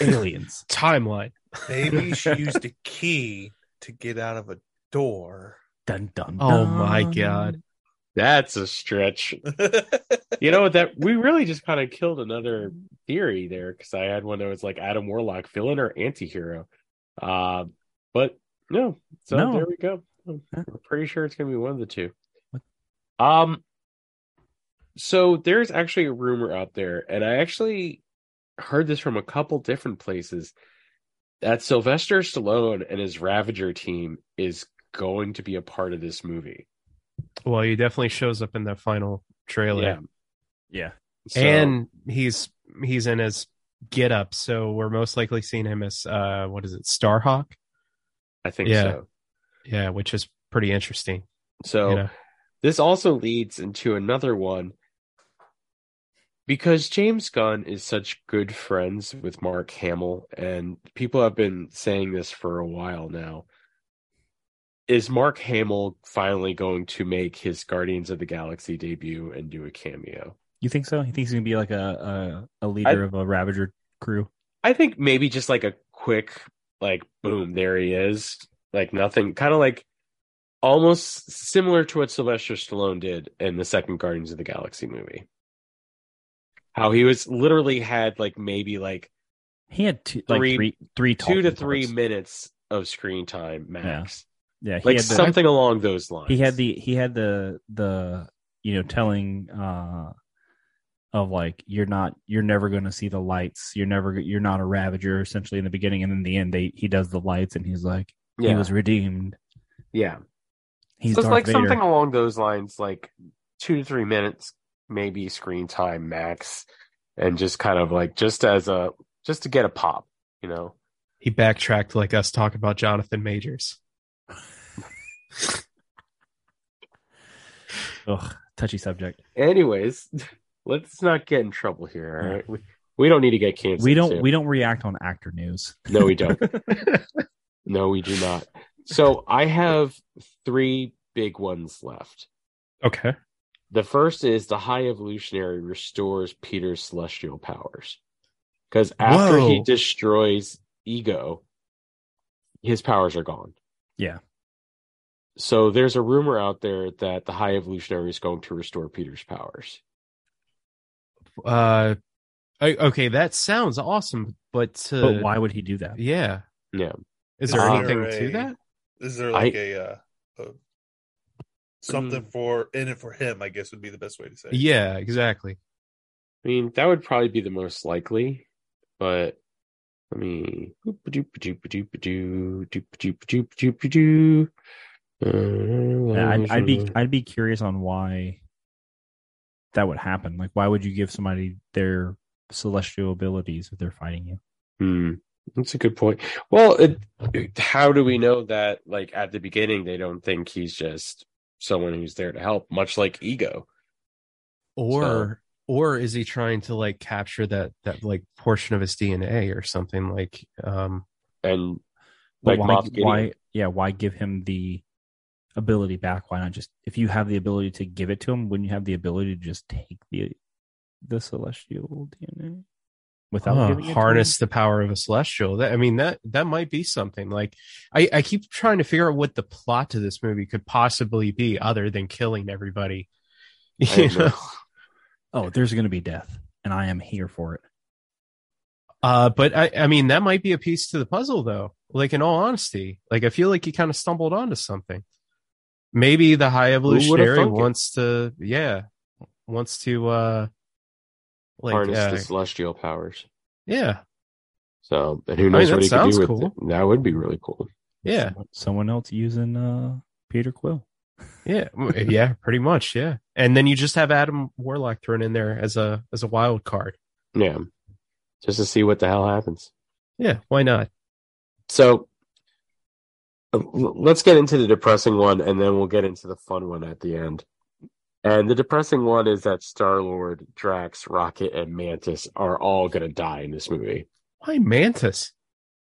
Speaker 2: Aliens.
Speaker 3: timeline.
Speaker 4: Maybe she used a key to get out of a door.
Speaker 2: Dun dun.
Speaker 3: Oh my
Speaker 2: dun.
Speaker 3: God.
Speaker 1: That's a stretch.
Speaker 4: That's
Speaker 1: You know what? That we really just kind of killed another theory there because I had one that was like Adam Warlock, villain or antihero. Uh, but no, so
Speaker 2: No.
Speaker 1: there we go. I'm
Speaker 2: Yeah.
Speaker 1: pretty sure it's gonna be one of the two.
Speaker 2: What?
Speaker 1: Um, so there's actually a rumor out there, and I actually heard this from a couple different places that Sylvester Stallone and his Ravager team is going to be a part of this movie.
Speaker 3: Well, he definitely shows up in the final trailer.
Speaker 1: Yeah.
Speaker 2: Yeah.
Speaker 1: So-
Speaker 3: and he's he's in his get up, so we're most likely seeing him as uh what is it, Starhawk?
Speaker 1: I think
Speaker 3: Yeah.
Speaker 1: so.
Speaker 3: Yeah, which is pretty interesting.
Speaker 1: So
Speaker 3: you know?
Speaker 1: this also leads into another one because James Gunn is such good friends with Mark Hamill, and people have been saying this for a while now. Is Mark Hamill finally going to make his Guardians of the Galaxy debut and do a cameo?
Speaker 2: You think so? He thinks he's gonna be like a a, a leader of a Ravager crew.
Speaker 1: I think maybe just like a quick, like, boom, there he is. Like nothing, kind of like almost similar to what Sylvester Stallone did in the second Guardians of the Galaxy movie. How he was literally had like maybe like
Speaker 2: He had two, like
Speaker 1: Three-
Speaker 2: three, three,
Speaker 1: two to
Speaker 2: talking
Speaker 1: three
Speaker 2: parts.
Speaker 1: minutes of screen time max.
Speaker 2: Yeah, he
Speaker 1: Like
Speaker 2: had the,
Speaker 1: something along those lines.
Speaker 2: He had the he had the the you know telling uh of like you're not you're never going to see the lights. You're never you're not a Ravager essentially in the beginning, and in the end they he does the lights, and he's like he
Speaker 1: yeah.
Speaker 2: was redeemed.
Speaker 1: yeah.
Speaker 2: He's
Speaker 1: so it's
Speaker 2: Darth
Speaker 1: like
Speaker 2: Vader.
Speaker 1: something along those lines, like two to three minutes, maybe screen time max, and just kind of like just as a just to get a pop, you know.
Speaker 3: He backtracked like us talking about Jonathan Majors.
Speaker 2: Ugh, touchy subject.
Speaker 1: Anyways, let's not get in trouble here. All right, we, we don't need to get canceled.
Speaker 2: we don't
Speaker 1: soon.
Speaker 2: we don't react on actor news.
Speaker 1: No, we don't. no, we do not. So I have three big ones left.
Speaker 3: Okay.
Speaker 1: The first is the High Evolutionary restores Peter's celestial powers. Because after he
Speaker 3: Whoa.
Speaker 1: destroys Ego, his powers are gone.
Speaker 2: Yeah.
Speaker 1: So there's a rumor out there that the High Evolutionary is going to restore Peter's powers.
Speaker 3: Uh, I- okay, that sounds awesome, but uh,
Speaker 2: but why would he do that?
Speaker 3: Yeah.
Speaker 1: Yeah.
Speaker 3: Is there
Speaker 1: Uh,
Speaker 3: anything
Speaker 4: Hooray.
Speaker 3: to that?
Speaker 4: Is there like a uh, a something
Speaker 1: Mm.
Speaker 4: for in it for him? I guess would be the best way to say. it.
Speaker 3: Yeah, exactly.
Speaker 1: I mean, that would probably be the most likely, but let me.
Speaker 2: Yeah, I'd, I'd be I'd be curious on why that would happen. Like, why would you give somebody their celestial abilities if they're fighting you?
Speaker 1: Hmm, that's a good point. Well, it, it- how do we know that? Like at the beginning, they don't think he's just someone who's there to help, much like ego.
Speaker 3: Or or is he trying to like capture that that like portion of his DNA or something like um
Speaker 1: And Like
Speaker 2: But why?
Speaker 1: Moff Gideon.
Speaker 2: Why? Yeah. Why give him the ability back? Why not just if you have the ability to give it to him, wouldn't you have the ability to just take the the celestial DNA without
Speaker 3: huh,
Speaker 2: giving it to him?
Speaker 3: harness the power of a celestial? That I mean that that might be something. Like I I keep trying to figure out what the plot to this movie could possibly be other than killing everybody.
Speaker 1: I don't
Speaker 3: You know?
Speaker 1: know.
Speaker 2: Oh, there's going to be death, and I am here for it.
Speaker 3: Uh, but I, I mean, that might be a piece to the puzzle, though. Like, in all honesty, like I feel like he kind of stumbled onto something. Maybe the high
Speaker 1: would've
Speaker 3: evolutionary
Speaker 1: thunk it?
Speaker 3: wants to, yeah, wants to, uh, like,
Speaker 1: harness
Speaker 3: uh,
Speaker 1: the celestial powers.
Speaker 3: yeah,
Speaker 1: So, and who knows
Speaker 3: that
Speaker 1: what he could
Speaker 3: sounds
Speaker 1: do with
Speaker 3: cool.
Speaker 1: it? That would be really cool.
Speaker 3: yeah,
Speaker 2: Someone- Someone else using uh Peter Quill.
Speaker 3: yeah, w- yeah, pretty much, yeah. And then you just have Adam Warlock thrown in there as a as a wild card.
Speaker 1: Yeah, just to see what the hell happens.
Speaker 3: Yeah, why not?
Speaker 1: So uh, l- let's get into the depressing one and then we'll get into the fun one at the end. And the depressing one is that Star Lord, Drax, Rocket, and Mantis are all going to die in this movie.
Speaker 3: Why Mantis?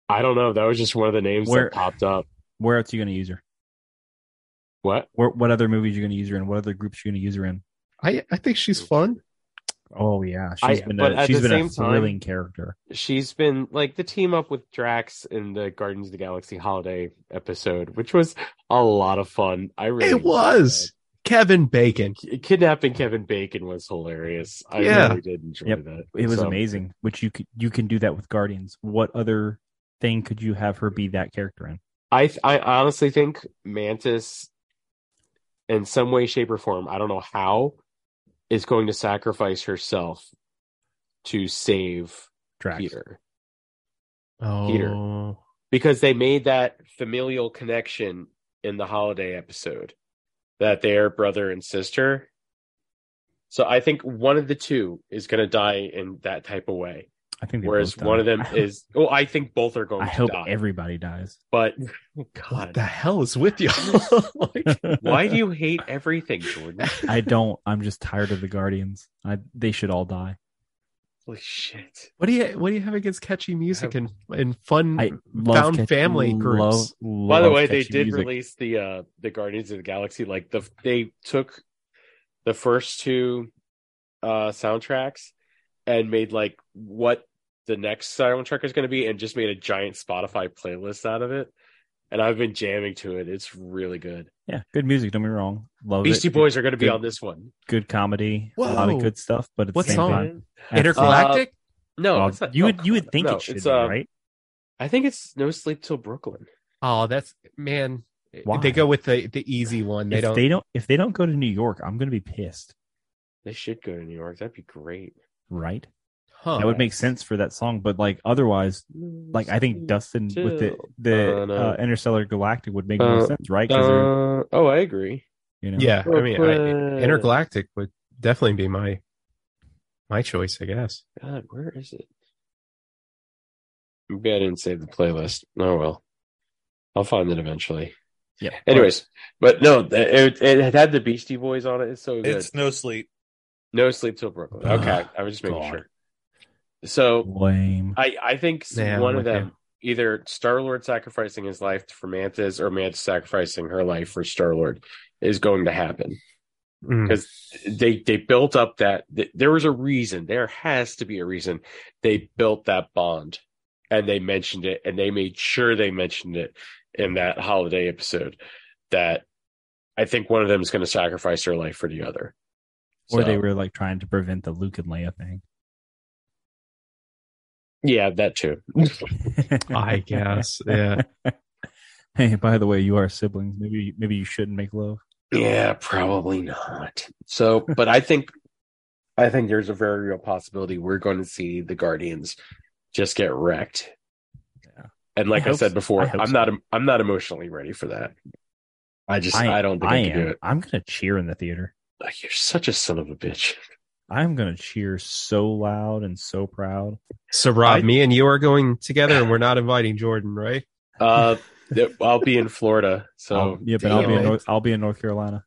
Speaker 1: I don't know. That was just one of the names
Speaker 2: Where-
Speaker 1: that popped up.
Speaker 2: Where else are you going to use her?
Speaker 1: What?
Speaker 2: Where, what other movies are you going to use her in? What other groups are you going to use her in?
Speaker 3: I I think she's fun.
Speaker 2: Oh yeah, she's
Speaker 1: I-
Speaker 2: been
Speaker 1: but
Speaker 2: a,
Speaker 1: at
Speaker 2: she's
Speaker 1: the
Speaker 2: been
Speaker 1: same
Speaker 2: a
Speaker 1: time-
Speaker 2: thrilling character.
Speaker 1: She's been like the team up with Drax in the Guardians of the Galaxy holiday episode, which was a lot of fun. I really
Speaker 3: It
Speaker 1: enjoyed
Speaker 3: was Kevin Bacon.
Speaker 1: that. K- Kidnapping Kevin Bacon was hilarious. I
Speaker 3: Yeah.
Speaker 1: really did enjoy
Speaker 2: Yep.
Speaker 1: that.
Speaker 2: It was
Speaker 1: So,
Speaker 2: amazing. Which you could, you can do that with Guardians. What other thing could you have her be that character in?
Speaker 1: I th- I honestly think Mantis, in some way, shape, or form, I don't know how, is going to sacrifice herself to save
Speaker 2: Drax.
Speaker 1: Peter
Speaker 3: Oh,
Speaker 1: Peter. because they made that familial connection in the holiday episode that they are brother and sister. So I think one of the two is going to die in that type of way,
Speaker 2: I think. they
Speaker 1: whereas
Speaker 2: both die.
Speaker 1: one of them
Speaker 2: I hope-
Speaker 1: is. Oh, I think both are going
Speaker 2: I
Speaker 1: to
Speaker 2: hope
Speaker 1: die.
Speaker 2: everybody dies.
Speaker 1: but
Speaker 3: what
Speaker 1: God,
Speaker 3: the hell is with you? Like,
Speaker 1: why do you hate everything, Jordan?
Speaker 2: I don't. I'm just tired of the Guardians. I, they should all die.
Speaker 1: Holy shit.
Speaker 3: What do you what do you have against catchy music and and fun?
Speaker 2: I love
Speaker 3: Found family
Speaker 2: Love,
Speaker 3: groups.
Speaker 2: love
Speaker 1: By the way, they
Speaker 2: catchy
Speaker 1: did
Speaker 2: music.
Speaker 1: release the uh the Guardians of the Galaxy. Like the they took the first two uh soundtracks and made like what the next soundtrack is going to be, and just made a giant Spotify playlist out of it. And I've been jamming to it. It's really good.
Speaker 2: Yeah, good music. Don't be wrong. Love
Speaker 1: Beastie
Speaker 2: it.
Speaker 1: Boys are going to be
Speaker 2: Good-
Speaker 1: on this one.
Speaker 2: Good comedy. A lot of
Speaker 3: Whoa.
Speaker 2: good stuff. But at
Speaker 3: What
Speaker 2: the same
Speaker 3: song?
Speaker 2: time, uh,
Speaker 3: Intergalactic.
Speaker 1: No,
Speaker 2: Well,
Speaker 1: it's not-
Speaker 2: you
Speaker 1: no,
Speaker 2: would you would think
Speaker 1: no,
Speaker 2: it should,
Speaker 1: it's,
Speaker 2: be,
Speaker 1: uh,
Speaker 2: right?
Speaker 1: I think it's No Sleep Till Brooklyn.
Speaker 3: oh, that's man.
Speaker 2: Why?
Speaker 3: They go with the the easy one. They
Speaker 2: if
Speaker 3: don't.
Speaker 2: they don't if they don't go to New York, I'm going to be pissed,
Speaker 1: They should go to New York. That'd be great.
Speaker 2: right?
Speaker 3: huh.
Speaker 1: Oh.
Speaker 2: that would make sense for that song, but like otherwise, like I think Dustin with the
Speaker 1: Chill.
Speaker 2: the
Speaker 1: Uh, no.
Speaker 2: uh, Interstellar Galactic would make
Speaker 1: Uh,
Speaker 2: more sense, right? 'Cause they're-
Speaker 1: Uh, oh, I agree.
Speaker 2: You know,
Speaker 3: Yeah, I mean, I,
Speaker 1: Brooklyn.
Speaker 3: intergalactic would definitely be my my choice, I guess.
Speaker 1: God, where is it? Maybe I didn't save the playlist. Oh well, I'll find it eventually.
Speaker 2: Yeah.
Speaker 1: Anyways, but no, th- it, it had the Beastie Boys on it. It's so good.
Speaker 4: It's no sleep.
Speaker 1: no sleep till Brooklyn.
Speaker 2: Ugh,
Speaker 1: Okay, I was just making
Speaker 2: God.
Speaker 1: sure. So
Speaker 2: lame.
Speaker 1: I I think s-
Speaker 3: Yeah, I'm
Speaker 1: one of
Speaker 3: with
Speaker 1: them either Star Lord sacrificing his life for Mantis or Mantis sacrificing her life for Star Lord is going to happen
Speaker 2: Hmm.
Speaker 3: Mm.
Speaker 1: because they they built up that th- there was a reason there has to be a reason they built that bond and they mentioned it and they made sure they mentioned it in that holiday episode that i think one of them is going to sacrifice their life for the other
Speaker 2: or
Speaker 1: So,
Speaker 2: they were like trying to prevent the Luke and Leia thing.
Speaker 1: yeah that too
Speaker 3: I guess, yeah.
Speaker 2: Hey, by the way, you are siblings. Maybe maybe you shouldn't make love.
Speaker 1: yeah probably not so but i think i think there's a very real possibility we're going to see the guardians just get wrecked
Speaker 2: Yeah.
Speaker 1: and like
Speaker 2: I
Speaker 1: I,
Speaker 2: hope
Speaker 1: said
Speaker 2: so.
Speaker 1: before,
Speaker 2: I hope
Speaker 1: I'm
Speaker 2: so.
Speaker 1: not I'm not emotionally ready for that. I just I, don't think I,
Speaker 2: I
Speaker 1: can do
Speaker 2: am.
Speaker 1: it.
Speaker 2: I'm gonna cheer in the theater.
Speaker 1: Like, you're such a son of a bitch.
Speaker 2: I'm gonna cheer so loud and so proud.
Speaker 3: So, Rob,
Speaker 1: I-
Speaker 3: me and you are going together, and we're not inviting Jordan, right?
Speaker 1: Uh, th- I'll be in Florida,
Speaker 2: I'll-
Speaker 1: so
Speaker 2: yeah, but I'll be
Speaker 3: damn
Speaker 2: in
Speaker 3: it.
Speaker 2: North, I'll be in North Carolina.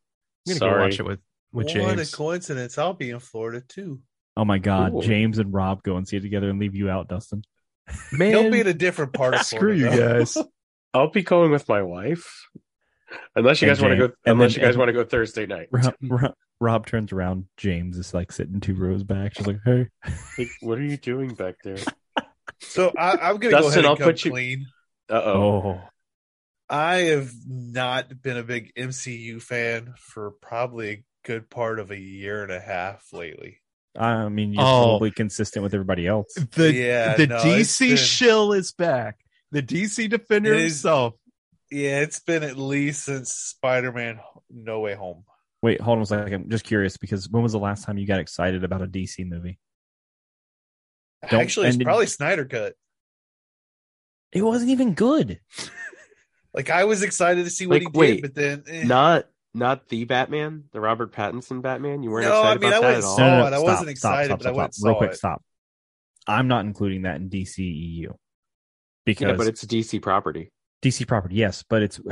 Speaker 3: I'm gonna
Speaker 1: Sorry.
Speaker 3: go watch it with with
Speaker 4: What a
Speaker 3: James.
Speaker 4: coincidence. I'll be in Florida too.
Speaker 2: Oh my God,
Speaker 1: Cool.
Speaker 2: James and Rob go and see it together and leave you out, Dustin.
Speaker 3: Man,
Speaker 4: He'll be in a different part of
Speaker 3: screw
Speaker 4: Florida.
Speaker 3: you
Speaker 4: though.
Speaker 3: guys.
Speaker 1: I'll be going with my wife. Unless you
Speaker 2: And
Speaker 1: guys want to
Speaker 2: Jane.
Speaker 1: go,
Speaker 2: And
Speaker 1: unless
Speaker 2: then-
Speaker 1: you guys
Speaker 2: and-
Speaker 1: want to go Thursday night.
Speaker 2: Rob, Rob, Rob turns around. James is like sitting two rows back. She's like, "Hey,
Speaker 1: Like, what are you doing back there?
Speaker 4: So I, I'm going to go
Speaker 1: Dustin,
Speaker 4: ahead and
Speaker 1: I'll
Speaker 4: come
Speaker 1: put you-
Speaker 4: clean.
Speaker 1: Uh oh.
Speaker 2: oh,
Speaker 4: I have not been a big MCU fan for probably a good part of a year and a half lately.
Speaker 2: I mean, you're
Speaker 3: Oh.
Speaker 2: probably consistent with everybody else."
Speaker 3: The
Speaker 4: Yeah,
Speaker 3: the
Speaker 4: no, it's
Speaker 3: DC
Speaker 4: been-
Speaker 3: shill is back. The DC defender
Speaker 4: It is-
Speaker 3: himself.
Speaker 4: Yeah, it's been at least since Spider-Man No Way Home.
Speaker 2: Wait, hold on a second. I'm just curious because when was the last time you got excited about a DC movie? Don't-
Speaker 4: Actually, it's
Speaker 2: and-
Speaker 4: probably Snyder Cut.
Speaker 2: It wasn't even good.
Speaker 4: Like I was excited to see what
Speaker 1: Like,
Speaker 4: he
Speaker 1: wait,
Speaker 4: did, but then eh.
Speaker 1: Not not the Batman, the Robert Pattinson Batman. You weren't
Speaker 4: No,
Speaker 1: excited
Speaker 4: I mean,
Speaker 1: about
Speaker 4: I
Speaker 1: that at
Speaker 4: wouldn't
Speaker 1: all.
Speaker 4: say- Saw it. I wasn't excited, but I went and
Speaker 2: Real
Speaker 4: saw
Speaker 2: quick,
Speaker 4: it.
Speaker 2: stop. I'm not including that in DCEU because
Speaker 1: yeah, but it's a DC property.
Speaker 2: DC property, yes, but it's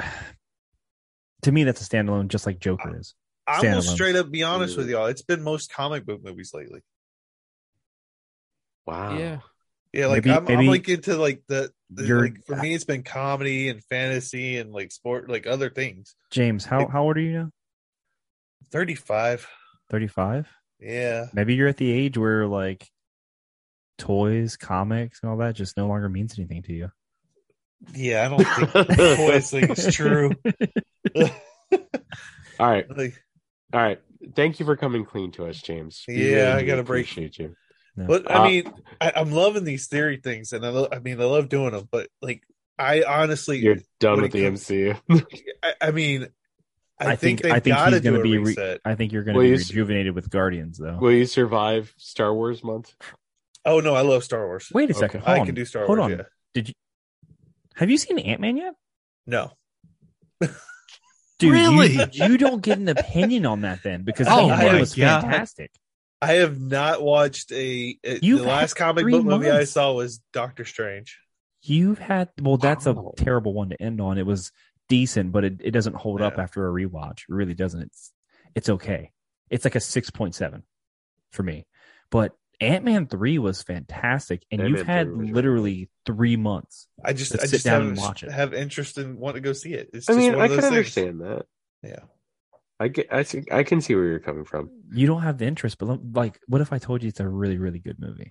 Speaker 2: to me that's a standalone, just like Joker is.
Speaker 4: I'm gonna
Speaker 2: standalone.
Speaker 4: straight up be honest with y'all. It's been most comic book movies lately.
Speaker 1: Wow.
Speaker 4: Yeah, like
Speaker 2: Maybe-
Speaker 4: I'm,
Speaker 2: maybe
Speaker 4: I'm like into like the, the-
Speaker 2: you're-
Speaker 4: like for me it's been comedy and fantasy and like sport like other things.
Speaker 2: James, how how old are you now?
Speaker 4: 35.
Speaker 2: Thirty five.
Speaker 4: Yeah.
Speaker 2: Maybe you're at the age where like toys, comics, and all that just no longer means anything to you.
Speaker 4: Yeah, I don't think the voice thing is true.
Speaker 1: All right.
Speaker 4: Like,
Speaker 1: All right. Thank you for coming clean to us, James.
Speaker 4: Yeah, I
Speaker 1: do
Speaker 4: gotta break.
Speaker 1: Appreciate you.
Speaker 4: but
Speaker 1: Uh,
Speaker 4: I mean, I, I'm loving these theory things, and I, lo- I mean, I love doing them. But like, I honestly,
Speaker 1: You're done
Speaker 4: When
Speaker 1: with
Speaker 4: it
Speaker 1: the
Speaker 4: comes-
Speaker 1: MCU.
Speaker 4: I, I mean, I,
Speaker 2: I think-
Speaker 4: think, they've
Speaker 2: I think
Speaker 4: got to
Speaker 2: he's gonna
Speaker 4: do a
Speaker 2: be re-
Speaker 4: reset.
Speaker 2: I think you're going to
Speaker 1: Well,
Speaker 2: be
Speaker 1: you s-
Speaker 2: rejuvenated with Guardians, though.
Speaker 1: Will you survive Star Wars month?
Speaker 4: oh no, I love Star Wars.
Speaker 2: Wait a
Speaker 1: Okay.
Speaker 2: second. Hold
Speaker 4: I
Speaker 2: on.
Speaker 4: can do Star
Speaker 2: Hold
Speaker 4: Wars.
Speaker 2: on.
Speaker 4: Yeah.
Speaker 2: Have you seen Ant Man yet?
Speaker 4: No,
Speaker 2: Dude,
Speaker 3: Really?
Speaker 2: you, you don't get an opinion on that then because
Speaker 4: Oh
Speaker 2: oh that
Speaker 4: my
Speaker 2: was
Speaker 3: God.
Speaker 2: fantastic.
Speaker 4: I have not watched a. a the
Speaker 2: You've had
Speaker 4: last comic
Speaker 2: three
Speaker 4: book movie I
Speaker 2: months.
Speaker 4: saw was Doctor Strange.
Speaker 2: You've had well, that's
Speaker 1: Oh.
Speaker 2: a terrible one to end on. It was decent, but it, it doesn't hold up
Speaker 4: Yeah.
Speaker 2: after a rewatch. It really doesn't. It's it's okay. It's like a six point seven for me. But Ant Man three was fantastic, and you've
Speaker 1: Ant-Man
Speaker 2: had
Speaker 1: 3 was really
Speaker 2: literally three months.
Speaker 4: I just,
Speaker 2: Let's
Speaker 4: I
Speaker 2: sit
Speaker 4: just
Speaker 2: down and
Speaker 4: haven't
Speaker 2: watch it.
Speaker 4: have interest in want to go see it. It's
Speaker 1: I
Speaker 4: just
Speaker 1: mean,
Speaker 4: one
Speaker 1: I
Speaker 4: of
Speaker 1: can
Speaker 4: those things.
Speaker 1: understand that.
Speaker 4: Yeah.
Speaker 1: I get, I think I can see where you're coming from.
Speaker 2: You don't have the interest, but like, what if I told you it's a really, really good movie?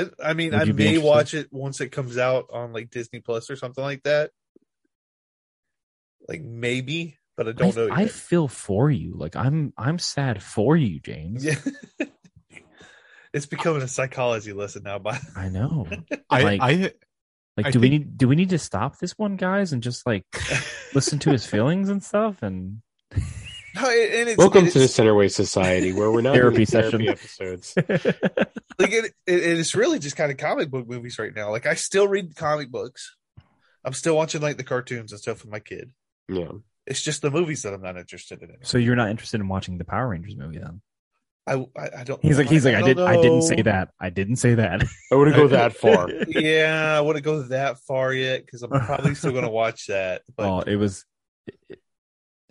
Speaker 4: I- I mean,
Speaker 2: Would
Speaker 4: I
Speaker 2: you be
Speaker 4: may
Speaker 2: interested?
Speaker 4: watch it once it comes out on like Disney Plus or something like that. Like maybe, but I don't
Speaker 2: I,
Speaker 4: know.
Speaker 2: I
Speaker 4: yet.
Speaker 2: feel for you. Like I'm, I'm sad for you, James.
Speaker 4: yeah. it's becoming a psychology lesson now. By
Speaker 2: I know.
Speaker 3: I,
Speaker 2: Like-
Speaker 3: I
Speaker 2: Like,
Speaker 3: I
Speaker 2: do we
Speaker 3: think-
Speaker 2: need do we need to stop this one, guys, and just like listen to his feelings and stuff? And
Speaker 4: no, it- and it's,
Speaker 1: Welcome
Speaker 4: and
Speaker 1: to the
Speaker 4: it's-
Speaker 1: Centerway Society, where we're not
Speaker 2: Therapy
Speaker 1: doing therapy
Speaker 2: session.
Speaker 1: episodes.
Speaker 4: like it, it, it's really just kind of comic book movies right now. Like I still read comic books. I'm still watching like the cartoons and stuff with my kid.
Speaker 1: Yeah,
Speaker 4: It's just the movies that I'm not interested in.
Speaker 2: So you're not interested in watching the Power Rangers movie then?
Speaker 4: I, I, I don't.
Speaker 2: He's like he's like I,
Speaker 4: don't
Speaker 2: did I didn't say
Speaker 4: know.
Speaker 2: that. I didn't say that.
Speaker 1: I wouldn't go that far.
Speaker 4: Yeah, I wouldn't go that far yet because I'm probably still gonna watch that. But
Speaker 2: oh, it was it,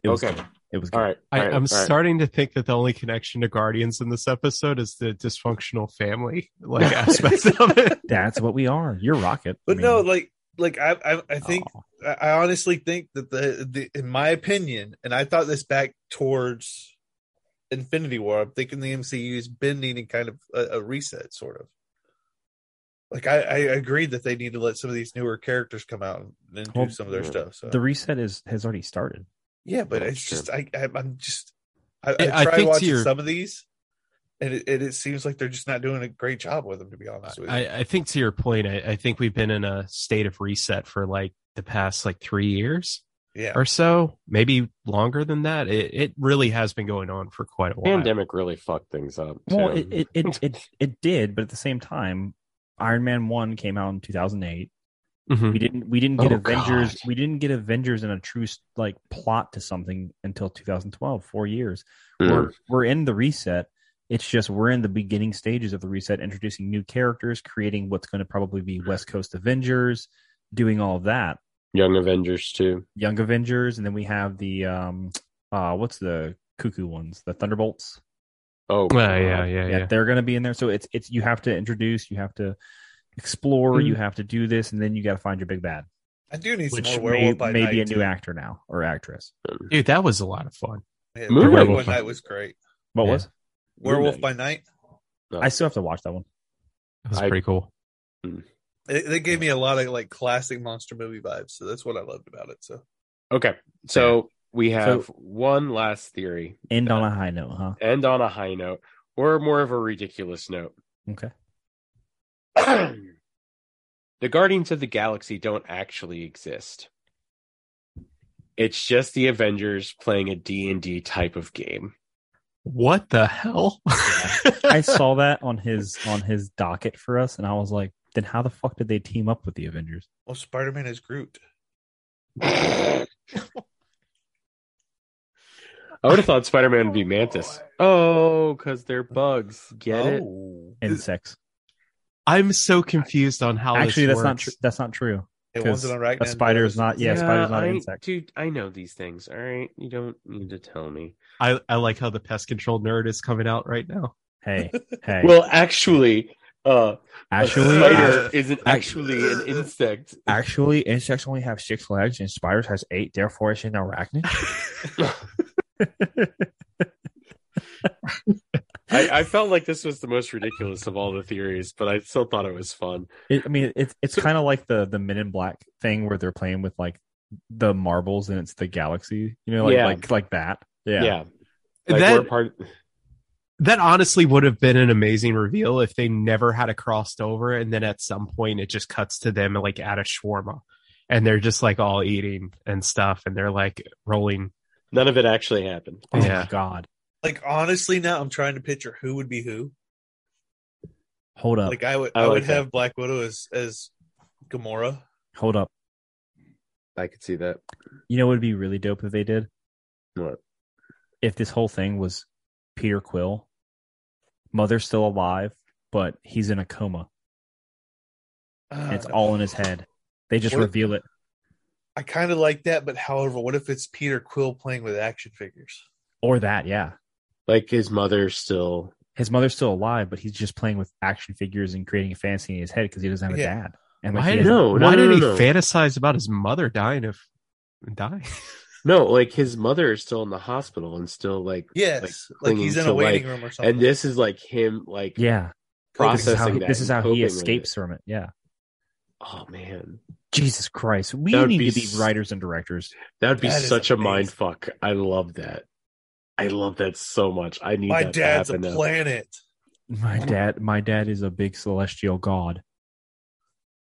Speaker 2: it was
Speaker 1: Okay.
Speaker 2: good. It was good.
Speaker 1: All right.
Speaker 3: I,
Speaker 1: all right,
Speaker 3: I'm
Speaker 1: all right.
Speaker 3: starting to think that the only connection to Guardians in this episode is the dysfunctional family like aspect of it.
Speaker 2: That's what we are. You're Rocket. I
Speaker 4: but
Speaker 2: mean,
Speaker 4: no, like like I I, I think
Speaker 2: oh,
Speaker 4: I I honestly think that the, the in my opinion, and I thought this back towards Infinity War. I'm thinking the MCU's been needing kind of a, a reset, sort of. Like I, I agreed that they need to let some of these newer characters come out and
Speaker 2: Well,
Speaker 4: do some of their stuff. So
Speaker 2: the reset is has already started.
Speaker 4: yeah, but
Speaker 1: That's
Speaker 4: it's
Speaker 1: true.
Speaker 4: just I, I I'm just I,
Speaker 3: I- I
Speaker 4: I, tried
Speaker 3: think to
Speaker 4: watching
Speaker 3: your-
Speaker 4: some of these, and it, it, it seems like they're just not doing a great job with them. To be honest with you,
Speaker 3: I, I think to your point, I, I think we've been in a state of reset for like the past like three years
Speaker 4: yeah.
Speaker 3: or so, maybe longer than that. It, it really has been going on for quite a while.
Speaker 1: Pandemic really fucked things up. Too.
Speaker 2: Well, it, it, it, it, it did, but at the same time, Iron Man one came out in 2008.
Speaker 3: Mhm.
Speaker 2: We didn't we didn't get
Speaker 1: Oh,
Speaker 2: Avengers.
Speaker 1: God.
Speaker 2: We didn't get Avengers in a true like plot to something until 2012. Four years.
Speaker 1: Mm.
Speaker 2: We're we're in the reset. It's just we're in the beginning stages of the reset, introducing new characters, creating what's going to probably be West Coast Avengers, doing all of that.
Speaker 1: Young Avengers too.
Speaker 2: Young Avengers, and then we have the um uh what's the cuckoo ones? The Thunderbolts.
Speaker 1: Oh,
Speaker 3: Well,
Speaker 1: God.
Speaker 3: yeah, yeah,
Speaker 2: Yeah,
Speaker 3: yeah.
Speaker 2: they're gonna be in there. So it's it's you have to introduce, you have to explore, you have to do this, and then you gotta find your big bad.
Speaker 4: I do need some
Speaker 2: Which
Speaker 4: more
Speaker 2: may,
Speaker 4: werewolf by
Speaker 2: may
Speaker 4: night.
Speaker 2: be a new
Speaker 4: too.
Speaker 2: actor now or actress.
Speaker 3: Dude, that was a lot of fun.
Speaker 4: Yeah,
Speaker 1: Movie
Speaker 4: werewolf
Speaker 2: Werewolf
Speaker 4: by
Speaker 2: by-
Speaker 4: night was great.
Speaker 2: What
Speaker 3: Yeah.
Speaker 2: was?
Speaker 4: Werewolf by Night.
Speaker 2: I still have to watch that one.
Speaker 3: That was
Speaker 1: I-
Speaker 3: pretty cool.
Speaker 4: It, they gave me a lot of like classic monster movie vibes, so that's what I loved about it. So
Speaker 1: Okay, so we have one last theory.
Speaker 2: End on a high note, huh?
Speaker 1: End on a high note, or more of a ridiculous note.
Speaker 2: Okay.
Speaker 1: the Guardians of the Galaxy don't actually exist. It's just the Avengers playing a D&D type of game.
Speaker 3: What the hell?
Speaker 2: I saw that on his on his docket for us, and I was like, then how the fuck did they team up with the Avengers?
Speaker 4: well Spider Man Oh, is Groot.
Speaker 1: I would have thought Spider-Man would be Mantis. Oh, cuz they're bugs. Get it?
Speaker 4: oh.
Speaker 2: Insects.
Speaker 3: I'm so confused on how
Speaker 2: Actually,
Speaker 3: this
Speaker 2: that's not
Speaker 3: works.
Speaker 2: tr- that's not true.
Speaker 4: It wasn't on
Speaker 2: a spider is not- yeah, spider's not an
Speaker 1: I-
Speaker 2: insect.
Speaker 1: Dude, I know these things. All right, you don't need to tell me.
Speaker 3: I, I like how the pest control nerd is coming out right now.
Speaker 2: Hey, hey.
Speaker 1: Well, actually, uh
Speaker 2: actually, uh,
Speaker 1: a spider
Speaker 4: spider
Speaker 1: isn't actually an insect.
Speaker 2: Actually, insects only have six legs, and spiders has eight. Therefore, it's an arachnid.
Speaker 1: I, I felt like this was the most ridiculous of all the theories, but I still thought it was fun.
Speaker 2: It, I mean, it's it's kind of like the the Men in Black thing where they're playing with like the marbles, and it's the galaxy. You know, like
Speaker 1: Yeah.
Speaker 2: like like that.
Speaker 1: Yeah.
Speaker 2: Yeah.
Speaker 1: Like
Speaker 3: That-
Speaker 1: we're part
Speaker 3: That honestly would have been an amazing reveal if they never had a crossed over, and then at some point it just cuts to them like at a shawarma, and they're just like all eating and stuff, and they're like rolling.
Speaker 1: none of it actually happened.
Speaker 2: Oh
Speaker 3: Yeah.
Speaker 2: my god!
Speaker 4: Like honestly, now I'm trying to picture who would be who.
Speaker 2: Hold up!
Speaker 4: Like I would,
Speaker 1: I
Speaker 4: I, would
Speaker 1: like that.
Speaker 4: have Black Widow as as Gamora.
Speaker 2: Hold up!
Speaker 1: I could see that.
Speaker 2: You know, it would be really dope if they did.
Speaker 1: What?
Speaker 2: If this whole thing was Peter Quill, mother's still alive, but he's in a coma.
Speaker 4: Uh,
Speaker 2: and It's all in his head. They just
Speaker 4: What-
Speaker 2: reveal it.
Speaker 4: I kind of like that, but however, what if it's Peter Quill playing with action figures?
Speaker 2: Or that, yeah.
Speaker 1: Like his mother still
Speaker 2: his mother's still alive, but he's just playing with action figures and creating a fantasy in his head because he doesn't have a
Speaker 4: Yeah.
Speaker 2: dad. And
Speaker 3: Why
Speaker 2: he
Speaker 3: did-
Speaker 2: has-
Speaker 1: No, no,
Speaker 3: Why
Speaker 1: no,
Speaker 3: did
Speaker 1: no,
Speaker 3: he
Speaker 1: no.
Speaker 3: fantasize about his mother dying of dying?
Speaker 1: no, like his mother is still in the hospital and still like
Speaker 4: Yes, like,
Speaker 1: clinging
Speaker 4: he's in
Speaker 1: to,
Speaker 4: a waiting
Speaker 1: like-
Speaker 4: room or something.
Speaker 1: and this is like him like
Speaker 2: Oh. yeah, this
Speaker 1: processing
Speaker 2: is how he,
Speaker 1: that
Speaker 2: this
Speaker 1: and
Speaker 2: is how
Speaker 1: coping
Speaker 2: he
Speaker 1: with
Speaker 2: escapes
Speaker 1: it.
Speaker 2: from it. Yeah,
Speaker 1: Oh man.
Speaker 2: Jesus Christ, we
Speaker 1: That would
Speaker 2: need
Speaker 1: be
Speaker 2: to be
Speaker 1: s-
Speaker 2: writers and directors.
Speaker 1: That would be
Speaker 4: That is
Speaker 1: such a mind
Speaker 4: amazing.
Speaker 1: fuck. I love that. I love that so much. I need
Speaker 4: My
Speaker 1: that
Speaker 4: dad's
Speaker 1: to
Speaker 4: a
Speaker 1: happen now.
Speaker 4: planet.
Speaker 2: My dad, my dad is a big celestial god.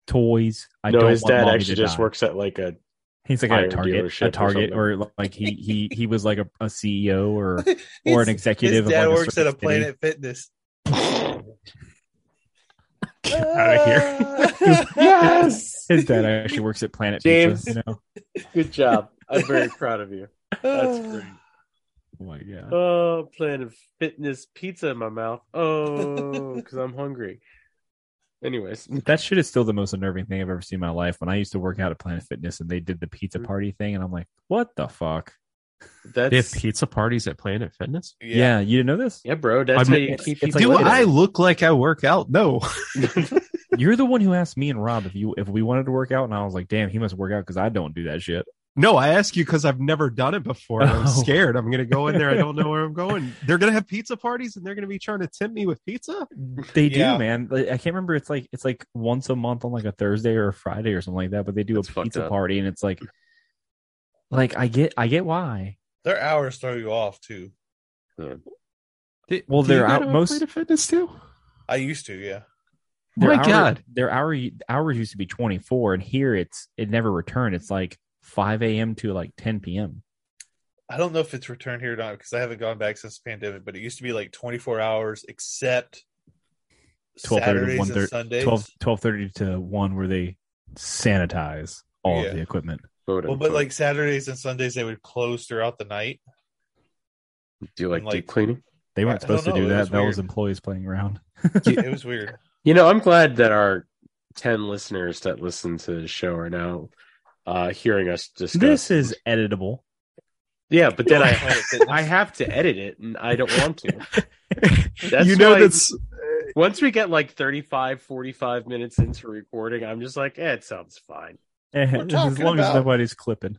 Speaker 2: Toys, I
Speaker 1: no,
Speaker 2: don't
Speaker 1: his
Speaker 2: want
Speaker 1: dad
Speaker 2: mommy
Speaker 1: actually
Speaker 2: to
Speaker 1: just
Speaker 2: die.
Speaker 1: works at like a
Speaker 2: He's like
Speaker 1: tire
Speaker 2: a target,
Speaker 1: dealership or
Speaker 2: a target,
Speaker 1: something.
Speaker 2: or, like he he he was like a, a CEO or or
Speaker 4: His-
Speaker 2: an executive.
Speaker 4: His dad
Speaker 2: of like
Speaker 4: works at
Speaker 2: certain
Speaker 4: a
Speaker 2: city.
Speaker 4: Planet Fitness.
Speaker 2: Get
Speaker 1: Uh,
Speaker 2: outta here.
Speaker 4: yes.
Speaker 2: His dad actually works at Planet
Speaker 1: James.
Speaker 2: Pizza. You know,
Speaker 1: good job. I'm very proud of you. That's great.
Speaker 2: Oh my god.
Speaker 1: Oh, Planet Fitness pizza in my mouth. Oh, because I'm hungry. Anyways,
Speaker 2: That shit is still the most unnerving thing I've ever seen in my life. When I used to work out at Planet Fitness and they did the pizza party thing, and I'm like, what the fuck?
Speaker 3: They have
Speaker 1: that's
Speaker 3: pizza parties at Planet Fitness.
Speaker 2: Yeah, you didn't know this?
Speaker 1: yeah, bro. That's
Speaker 3: I'm-
Speaker 1: how you
Speaker 2: it's-
Speaker 1: keep
Speaker 2: it's
Speaker 1: people.
Speaker 2: like-
Speaker 3: Do
Speaker 1: in
Speaker 3: I look like I work out? No.
Speaker 1: it.
Speaker 2: You're the one who asked me and Rob if you if we wanted to work out, and I was like, damn, he must work out because I don't do that shit.
Speaker 3: No, I ask you because I've never done it before. I'm
Speaker 2: Oh.
Speaker 3: scared. I'm going to go in there. I don't know where I'm going. They're going to have pizza parties and they're going to be trying to tempt me with pizza.
Speaker 2: They
Speaker 4: Yeah.
Speaker 2: do, man. Like, I can't remember. It's like it's like once a month on like a Thursday or a Friday or something like that. But they do
Speaker 1: That's
Speaker 2: a
Speaker 1: fucked
Speaker 2: pizza
Speaker 1: up.
Speaker 2: party, and it's like, like I get I get why.
Speaker 4: Their hours throw you off too.
Speaker 2: Well,
Speaker 3: Do you
Speaker 2: they're
Speaker 3: go
Speaker 2: out
Speaker 3: to a
Speaker 2: most- Oh
Speaker 3: Planet Fitness too.
Speaker 4: I used to, yeah.
Speaker 2: Their
Speaker 3: Oh My
Speaker 2: hour-
Speaker 3: God.
Speaker 2: their hour hours used to be 24, and here it's it never returned. It's like 5 a.m. to like 10 p.m.
Speaker 4: I don't know if it's returned here or not because I haven't gone back since the pandemic, but it used to be like 24 hours except
Speaker 2: 12:30 to
Speaker 4: Saturdays
Speaker 2: 1:30
Speaker 4: and Sundays.
Speaker 2: 12 12:30 to 1 where they sanitize all
Speaker 4: Yeah.
Speaker 2: of the equipment.
Speaker 1: Quote,
Speaker 4: Well, but
Speaker 1: unquote.
Speaker 4: like Saturdays and Sundays, they would close throughout the night.
Speaker 1: do you like,
Speaker 4: like-
Speaker 1: deep cleaning?
Speaker 2: They weren't
Speaker 4: I don't
Speaker 2: supposed to
Speaker 4: know,
Speaker 2: do
Speaker 4: it
Speaker 2: that.
Speaker 4: was
Speaker 2: that was
Speaker 4: weird.
Speaker 2: employees playing around.
Speaker 4: It was weird.
Speaker 1: You know, I'm glad that our ten listeners that listen to the show are now uh, hearing us discuss.
Speaker 2: This is editable.
Speaker 1: yeah, but then I
Speaker 4: Planet Fitness.
Speaker 1: I have to edit it, and I don't want to. That's
Speaker 3: you know
Speaker 1: why-
Speaker 3: that's
Speaker 1: Once we get like 35, 45 minutes into recording, I'm just like, eh, it sounds fine.
Speaker 2: as long
Speaker 4: talking
Speaker 2: as
Speaker 4: about-
Speaker 2: nobody's clipping.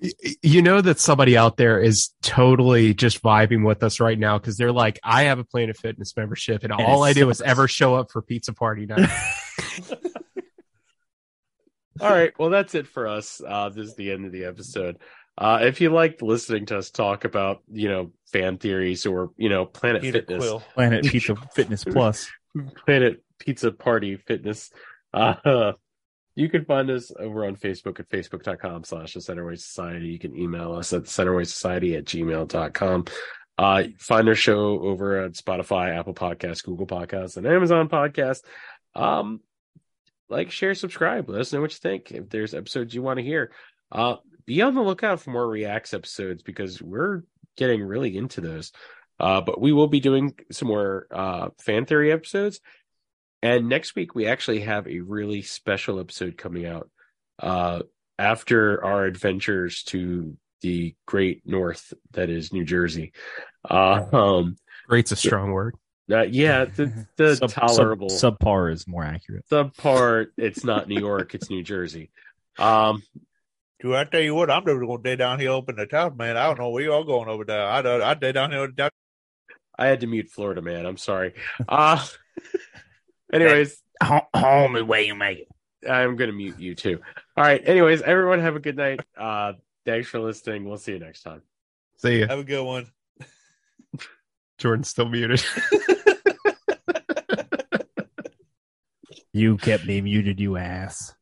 Speaker 3: y- you know that somebody out there is totally just vibing with us right now because they're like, I have a Planet Fitness membership and,
Speaker 2: And
Speaker 3: all
Speaker 2: it
Speaker 3: I do is
Speaker 2: sucks.
Speaker 3: ever show up for pizza party night.
Speaker 1: All right. Well, that's it for us. Uh, this is the end of the episode. Uh, if you liked listening to us talk about, you know, fan theories or, you know, Planet
Speaker 4: Peter
Speaker 1: Fitness,
Speaker 4: Quill.
Speaker 2: Planet Pizza Fitness Plus.
Speaker 1: Planet Pizza Party Fitness, uh, you can find us over on Facebook at facebook.com slash the Centerway Society. You can email us at Centerway Society at gmail.com. Uh, find our show over at Spotify, Apple Podcasts, Google Podcasts, and Amazon Podcasts. Um, like, share, subscribe. Let us know what you think. If there's episodes you want to hear, uh, be on the lookout for more Reacts episodes because we're getting really into those. Uh, but we will be doing some more uh, fan theory episodes. And next week, we actually have a really special episode coming out uh, after our adventures to the great north that is New Jersey. Uh, um,
Speaker 3: Great's a strong word.
Speaker 1: uh, yeah, the, the
Speaker 2: Sub- sub-
Speaker 1: tolerable
Speaker 2: subpar is more accurate.
Speaker 1: the part it's not New York, it's New Jersey. Um,
Speaker 4: Dude, I tell you what, I'm never gonna day down here up in the top, man. I don't know where y'all going over there. I don't, I day down here. Down-
Speaker 1: I had to mute Florida, man. I'm sorry. Uh, anyways,
Speaker 2: Home is where you make it.
Speaker 1: I'm going to mute you too. All right. Anyways, everyone have a good night. Uh, thanks for listening. We'll see you next time.
Speaker 3: See ya.
Speaker 4: Have a good one.
Speaker 3: Jordan's still muted.
Speaker 2: You kept me muted, you ass.